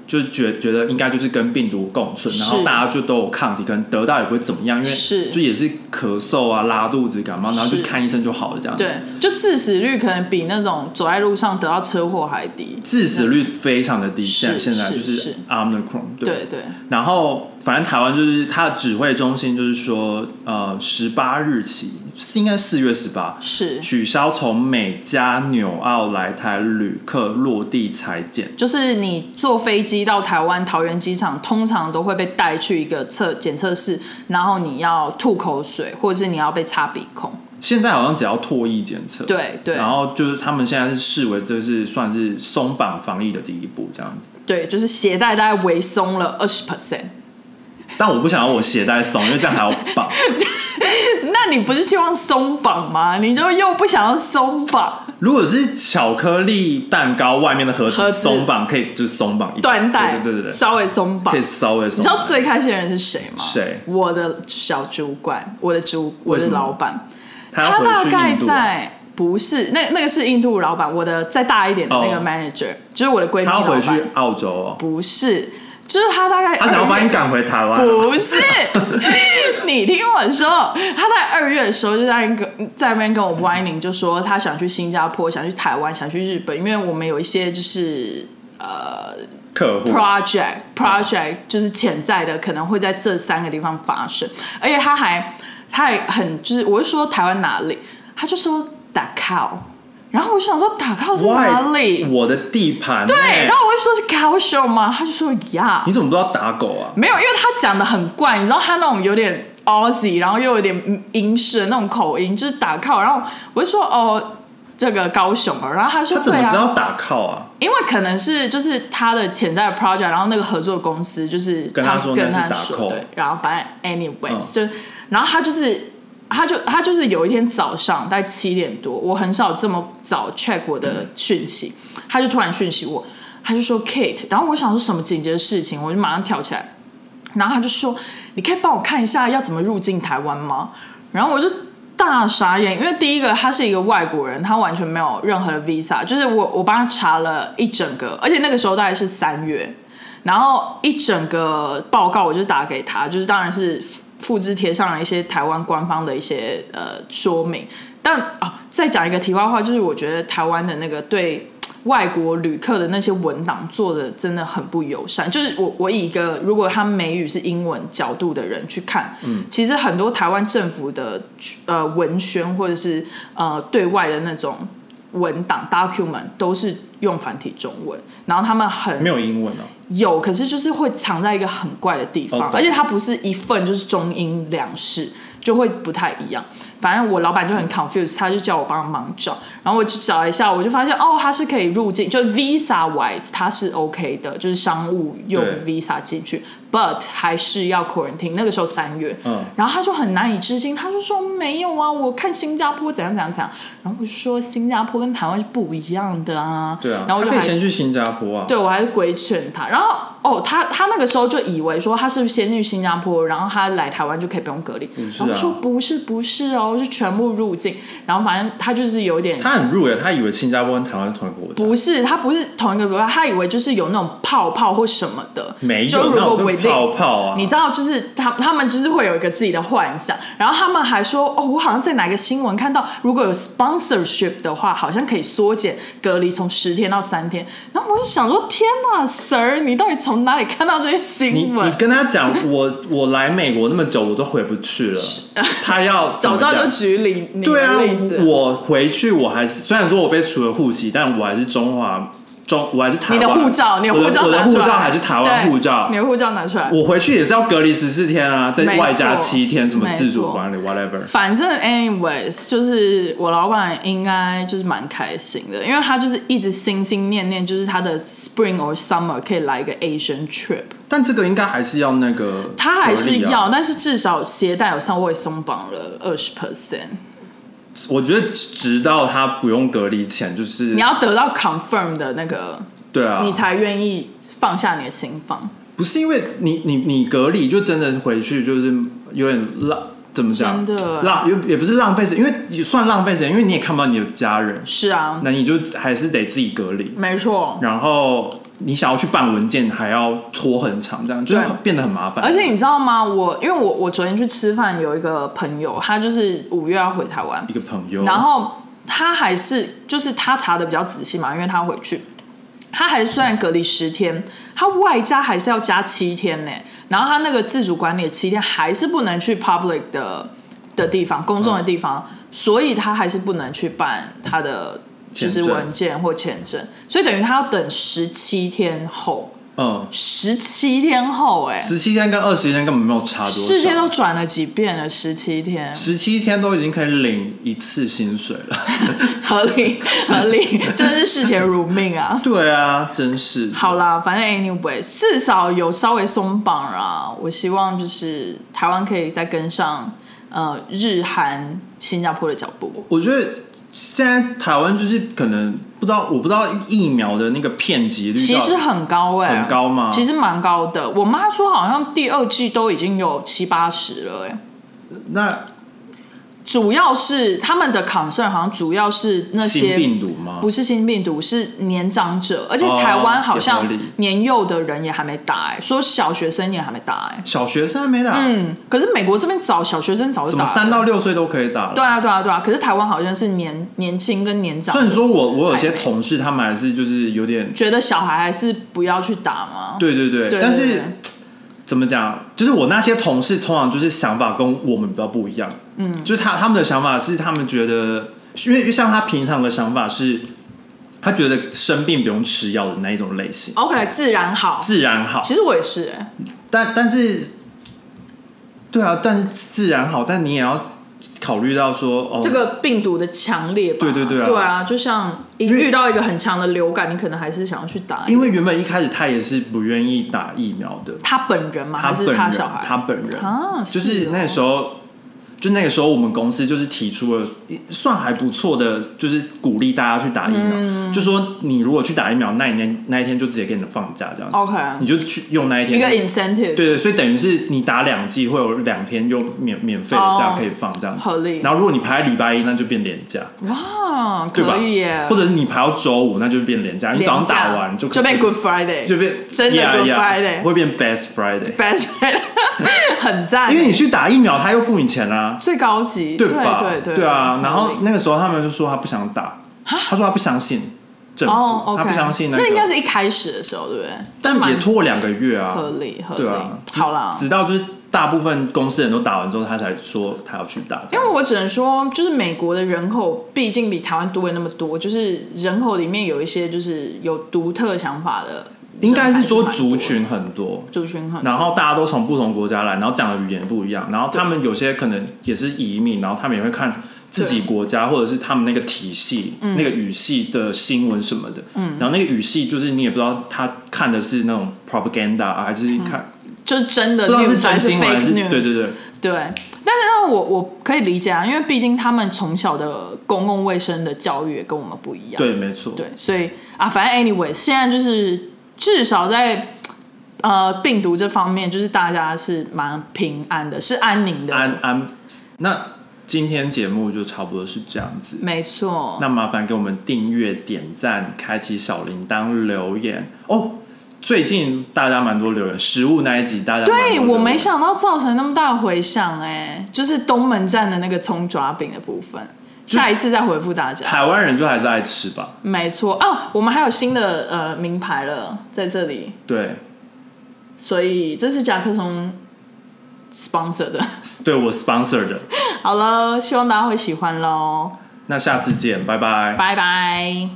Speaker 1: 就是觉觉得应该就是跟病毒共存，然后
Speaker 2: 是
Speaker 1: 大家就都有抗体，可能得到也不会怎么样，因为
Speaker 2: 是
Speaker 1: 就也是咳嗽啊、拉肚子、感冒，然后就是看医生就好了这样子。
Speaker 2: 对，就致死率可能比那种走在路上得到车祸还低。
Speaker 1: 致死率非常的低，现在
Speaker 2: 是
Speaker 1: 现在就是是
Speaker 2: 是
Speaker 1: Omicron，
Speaker 2: 对对，
Speaker 1: 然后，反正台湾就是它的指挥中心就是说，呃，十八日起，应该四月十八，
Speaker 2: 是，
Speaker 1: 取消从美加纽澳来台旅客落地裁剪。
Speaker 2: 就是你坐飞机到台湾桃园机场，通常都会被带去一个测检测室，然后你要吐口水，或者是你要被擦鼻孔。
Speaker 1: 现在好像只要唾液检测，
Speaker 2: 对对
Speaker 1: 然后就是他们现在是视为这是算是松绑防疫的第一步这样子。
Speaker 2: 对，就是鞋带大概微松了二十 percent。
Speaker 1: 但我不想要我鞋带松，因为这样还要 绑。
Speaker 2: 那你不是希望松绑吗？你就又不想要松绑，
Speaker 1: 如果是巧克力蛋糕外面的盒子
Speaker 2: 盒子
Speaker 1: 松绑，可以就是松绑一
Speaker 2: 缎带，
Speaker 1: 对对对对，
Speaker 2: 稍微松绑
Speaker 1: 可以。稍微松
Speaker 2: 你知道
Speaker 1: 绑。
Speaker 2: 最开心的人是谁吗？
Speaker 1: 谁
Speaker 2: 我的小主管，我的主，我
Speaker 1: 为什
Speaker 2: 的
Speaker 1: 么
Speaker 2: 老板。
Speaker 1: 他要
Speaker 2: 大
Speaker 1: 回去
Speaker 2: 概
Speaker 1: 印度啊。
Speaker 2: 在不是那那个是印度老板，我的再大一点的那
Speaker 1: 哦
Speaker 2: 个 manager，、就是我的闺蜜
Speaker 1: 他
Speaker 2: 老
Speaker 1: 要回
Speaker 2: 板。
Speaker 1: 去澳洲哦，
Speaker 2: 不是，就是他大概
Speaker 1: 他想要把
Speaker 2: 二月
Speaker 1: 你赶回台湾。
Speaker 2: 不是， 你听我说，他在二月的时候就在那个在那边跟我 whining，就说他想去新加坡，想去台湾，想去日本，因为我们有一些就是呃
Speaker 1: 客户
Speaker 2: project project 就是潜在的可能会在这三个地方发生，而且他还他还很就是我是说台湾哪里，他就说打 call，然后我就想说打 call 是
Speaker 1: Why？
Speaker 2: 哪里？
Speaker 1: 我的地盘。
Speaker 2: 对，然后我就说是 call show 吗？他就说呀
Speaker 1: 你怎么不知道打狗啊？
Speaker 2: 没有，因为他讲的很怪，你知道他那种有点 Aussie，然后又有点嗯英式的那种口音，就是打 call，然后我就说哦。这个高雄啊，然后他说
Speaker 1: 他怎
Speaker 2: 对
Speaker 1: 么知
Speaker 2: 啊，
Speaker 1: 道打靠啊？
Speaker 2: 因为可能是就是他的潜在的 project，然后那个合作公司就是
Speaker 1: 跟他说
Speaker 2: 跟
Speaker 1: 那是
Speaker 2: 他
Speaker 1: 打
Speaker 2: 说
Speaker 1: call
Speaker 2: 对，然后反正 anyways、
Speaker 1: 嗯
Speaker 2: 就，然后他就是他就他就是有一天早上大概七点多，我很少这么早 check 我的讯息，他就突然讯息我，他就说 Kate，然后我想说什么紧急的事情，我就马上跳起来，然后他就说：“你可以帮我看一下要怎么入境台湾吗？”然后我就大傻眼，因为第一个他是一个外国人，他完全没有任何的 visa，就是我我帮他查了一整个，而且那个时候大概是三月，然后一整个报告我就打给他，就是当然是复复制贴上了一些台湾官方的一些呃说明。但啊，再讲一个题外话，就是我觉得台湾的那个对外国旅客的那些文档做的真的很不友善。就是我我以一个如果他美语是英文角度的人去看，嗯，其实很多台湾政府的呃文宣或者是呃对外的那种文档 document 都是用繁体中文，然后他们很
Speaker 1: 没有英文哦、
Speaker 2: 有，可是就是会藏在一个很怪的地方，
Speaker 1: 哦懂
Speaker 2: 而且它不是一份就是中英两式，就会不太一样。反正我老板就很 confused，他就叫我帮忙找，然后我去找一下，我就发现哦，他是可以入境，就 visa wise 它是 OK 的，就是商务用
Speaker 1: 对
Speaker 2: visa 进去，but 还是要 quarantine。那个时候三月，
Speaker 1: 嗯
Speaker 2: 然后他就很难以置信，他就说没有啊，我看新加坡怎样怎样怎样，然后我就说新加坡跟台湾是不一样的啊，
Speaker 1: 对啊，
Speaker 2: 然后我就
Speaker 1: 他可
Speaker 2: 还
Speaker 1: 以先去新加坡啊，
Speaker 2: 对我还是规劝他。然后哦，他他那个时候就以为说他是不是先去新加坡，然后他来台湾就可以不用隔离。
Speaker 1: 不是啊
Speaker 2: 然后我说不是不是哦，是全部入境。然后反正他就是有点。
Speaker 1: 他很入耶，他以为新加坡跟台湾是同一个国家，
Speaker 2: 不是，他不是同一个国家，他以为就是有那种泡泡或什么的。
Speaker 1: 没
Speaker 2: 就
Speaker 1: 有
Speaker 2: 如
Speaker 1: 那
Speaker 2: 果
Speaker 1: 种
Speaker 2: within-
Speaker 1: 泡泡啊，
Speaker 2: 你知道，就是他他们就是会有一个自己的幻想，然后他们还说，哦，我好像在哪个新闻看到，如果有 sponsorship 的话，好像可以缩减隔离从十天到三天。然后我就想说，天哪，Sir，你到底从哪里看到这些
Speaker 1: 你
Speaker 2: 新
Speaker 1: 你
Speaker 2: 闻？
Speaker 1: 跟他讲，我我来美国那么久，我都回不去了。他要怎
Speaker 2: 早
Speaker 1: 么
Speaker 2: 知道就
Speaker 1: 讲
Speaker 2: 举例你
Speaker 1: 对
Speaker 2: 的
Speaker 1: 啊
Speaker 2: 例子，，
Speaker 1: 我回去我还是虽然说我被除了户籍，但我还是中华中，我还是台
Speaker 2: 你
Speaker 1: 湾。
Speaker 2: 的护照，你的
Speaker 1: 我
Speaker 2: 护照
Speaker 1: 我的
Speaker 2: 拿
Speaker 1: 护
Speaker 2: 出来，
Speaker 1: 照还是台湾
Speaker 2: 对
Speaker 1: 护照
Speaker 2: 你。的护照拿出来。
Speaker 1: 我回去也是要隔离十四天啊，再
Speaker 2: 没错
Speaker 1: 外加七天什么自
Speaker 2: 没
Speaker 1: 主
Speaker 2: 错
Speaker 1: 管理 whatever。
Speaker 2: 反正 anyways，就是我老板应该就是蛮开心的，因为他就是一直心心念念，就是他的 spring or summer 可以来一个 Asian trip，
Speaker 1: 但这个应该还是要那个，啊
Speaker 2: 他还是要，。但是至少鞋带有稍微松绑了二十 percent。
Speaker 1: 我觉得直到他不用隔离前，就是
Speaker 2: 你要得到 confirm 的那个，
Speaker 1: 对啊，
Speaker 2: 你才愿意放下你的心房，
Speaker 1: 不是因为你你你隔离就真的回去就是有点浪，怎么讲？
Speaker 2: 真的
Speaker 1: 浪也也不是浪费时间，因为也算浪费时间，因为你也看不到你的家人，
Speaker 2: 是啊，
Speaker 1: 那你就还是得自己隔离。
Speaker 2: 没错。
Speaker 1: 然后你想要去办文件，还要拖很长，这样就是
Speaker 2: 对
Speaker 1: 变得很麻烦。
Speaker 2: 而且你知道吗？我因为我我昨天去吃饭，有一个朋友，他就是五月要回台湾
Speaker 1: 一，个朋友，
Speaker 2: 然后他还是就是他查的比较仔细嘛，因为他回去，他还是虽然隔离十天，他外加还是要加七天呢。然后他那个自主管理的七天还是不能去 public 的的地方，公众的地方，所以他还是不能去办他的就
Speaker 1: 签
Speaker 2: 是
Speaker 1: 证
Speaker 2: 文件或签证，所以等于他要等十七天后，
Speaker 1: 嗯，
Speaker 2: 十七天后哎、
Speaker 1: 十七天跟二十天根本没有差多
Speaker 2: 世界
Speaker 1: 少。
Speaker 2: 都转了几遍了，十七天，
Speaker 1: 十七天都已经可以领一次薪水了，
Speaker 2: 合理合理，真是视钱如命啊！
Speaker 1: 对啊，真是
Speaker 2: 好啦，反正 anyway，至少有稍微松绑啦。我希望就是台湾可以再跟上呃日韩、新加坡的脚步。
Speaker 1: 我觉得现在台湾就是可能不知道，我不知道疫苗的那个遍及率
Speaker 2: 其
Speaker 1: 到底
Speaker 2: 实很高哎、
Speaker 1: 很高吗
Speaker 2: 其实蛮高的。我妈说好像第二季都已经有七八十了哎、
Speaker 1: 那
Speaker 2: 主要是他们的 concern 好像主要是那
Speaker 1: 新
Speaker 2: 些
Speaker 1: 病毒吗？
Speaker 2: 不是新病毒，是年长者，而且
Speaker 1: 哦
Speaker 2: 台湾好
Speaker 1: 也合
Speaker 2: 像
Speaker 1: 理
Speaker 2: 年幼的人也还没打哎、说小学生也还没打哎、
Speaker 1: 小学生还没打，
Speaker 2: 嗯，可是美国这边早小学生早就
Speaker 1: 什
Speaker 2: 打
Speaker 1: 么
Speaker 2: 了
Speaker 1: 三到六岁都可以打了。
Speaker 2: 对啊，对啊，对啊。可是台湾好像是年年轻跟年长
Speaker 1: 虽，然说我我有些
Speaker 2: 还没
Speaker 1: 同事他们还是就是有点，
Speaker 2: 觉得小孩还是不要去打吗？
Speaker 1: 对对对，
Speaker 2: 对
Speaker 1: 但
Speaker 2: 对
Speaker 1: 是
Speaker 2: 对
Speaker 1: 怎么讲，就是我那些同事通常就是想法跟我们比较不一样，嗯，就是他他们的想法是他们觉得，因为因为像他平常的想法是，他觉得生病不用吃药的那一种类型，
Speaker 2: ，OK，自然好。
Speaker 1: 自然好，
Speaker 2: 其实我也是、欸，
Speaker 1: 但但是，对啊，但是自然好，但你也要考虑到说，哦，
Speaker 2: 这个病毒的强烈吧。
Speaker 1: 对对对啊
Speaker 2: 对啊，就像一
Speaker 1: 因为
Speaker 2: 遇到一个很强的流感，你可能还是想要去打，
Speaker 1: 因为原本一开始他也是不愿意打疫苗的，
Speaker 2: 他本人嘛，还
Speaker 1: 本
Speaker 2: 是
Speaker 1: 人，
Speaker 2: 他
Speaker 1: 他
Speaker 2: 小孩？
Speaker 1: 本人，
Speaker 2: 啊，
Speaker 1: 就是那个时
Speaker 2: 候。
Speaker 1: 候。就那个时候，我们公司就是提出了算还不错的，就是鼓励大家去打疫苗。
Speaker 2: 嗯
Speaker 1: 就说你如果去打疫苗，那一天那一天就直接给你放假，这样子
Speaker 2: OK，
Speaker 1: 你就去用那一天
Speaker 2: 一个
Speaker 1: 对
Speaker 2: incentive，
Speaker 1: 对，所以等于是你打两季会有两天就免免费的假
Speaker 2: 哦
Speaker 1: 可以放这样子，
Speaker 2: 合理
Speaker 1: 然后如果你排在礼拜一，那就变廉价，
Speaker 2: 哇，
Speaker 1: 对吧
Speaker 2: 哦可以耶，？
Speaker 1: 或者是你排到周五，那就变廉价，你早上打完就
Speaker 2: 廉 价就变 Good
Speaker 1: 就
Speaker 2: Friday，Best
Speaker 1: 变
Speaker 2: 真的 Good
Speaker 1: Yeah，yeah，
Speaker 2: Friday
Speaker 1: 会变 Best Friday，
Speaker 2: Friday，很赞，
Speaker 1: 因为你去打疫苗，他又付你钱啦、
Speaker 2: 最高级，
Speaker 1: 对吧？
Speaker 2: 对对对
Speaker 1: 啊。然
Speaker 2: 合
Speaker 1: 后
Speaker 2: 理
Speaker 1: 那个时候他们就说他不想打，他说他不相信政府，
Speaker 2: 哦，OK、o k
Speaker 1: 他不相信
Speaker 2: 那
Speaker 1: 个，
Speaker 2: 应该是一开始的时候，对不对？
Speaker 1: 但也
Speaker 2: 蛮
Speaker 1: 拖两个月啊，
Speaker 2: 合理，合理。
Speaker 1: 对啊，直
Speaker 2: 好啦，
Speaker 1: 直到就是大部分公司人都打完之后，他才说他要去打，这
Speaker 2: 因
Speaker 1: 样
Speaker 2: 为我只能说，就是美国的人口毕竟比台湾多了那么多，就是人口里面有一些就是有独特想法的
Speaker 1: 应该是说
Speaker 2: 还是蛮多
Speaker 1: 族
Speaker 2: 的
Speaker 1: 群很多，
Speaker 2: 族群很
Speaker 1: 然后大家都从不同国家来，然后讲的语言不一样，然后他们有些可能也是移民，然后他们也会看自己国家或者是他们那个体系、那个语系的新闻什么的。嗯，然后那个语系就是你也不知道他看的是那种 propaganda 啊还是看、
Speaker 2: 就是真的
Speaker 1: 不知道是
Speaker 2: news
Speaker 1: 真
Speaker 2: 还是
Speaker 1: 新闻还
Speaker 2: fake
Speaker 1: 是
Speaker 2: news，
Speaker 1: 对对对，
Speaker 2: 对，但是呢，我我可以理解啊，因为毕竟他们从小的公共卫生的教育也跟我们不一样。
Speaker 1: 对没错，
Speaker 2: 对，所以啊，反正 anyway，现在就是至少在呃病毒这方面，就是大家是蛮平安的，是安宁的。
Speaker 1: 安安。那今天节目就差不多是这样子。
Speaker 2: 没错，
Speaker 1: 那麻烦给我们订阅、点赞、开启小铃铛、留言哦。最近大家蛮多留言，食物那一集大家蛮多
Speaker 2: 对
Speaker 1: 留言
Speaker 2: 我没想到造成那么大的回响哎、就是东门站的那个葱抓饼的部分，
Speaker 1: 就
Speaker 2: 下一次再回复大家。
Speaker 1: 台湾人就还是爱吃吧，
Speaker 2: 没错啊，我们还有新的呃名牌了，在这里。
Speaker 1: 对，
Speaker 2: 所以这是甲壳虫 sponsor 的。
Speaker 1: 对我 sponsor 的。
Speaker 2: 好了，希望大家会喜欢喽，
Speaker 1: 那下次见，拜拜。
Speaker 2: 拜拜。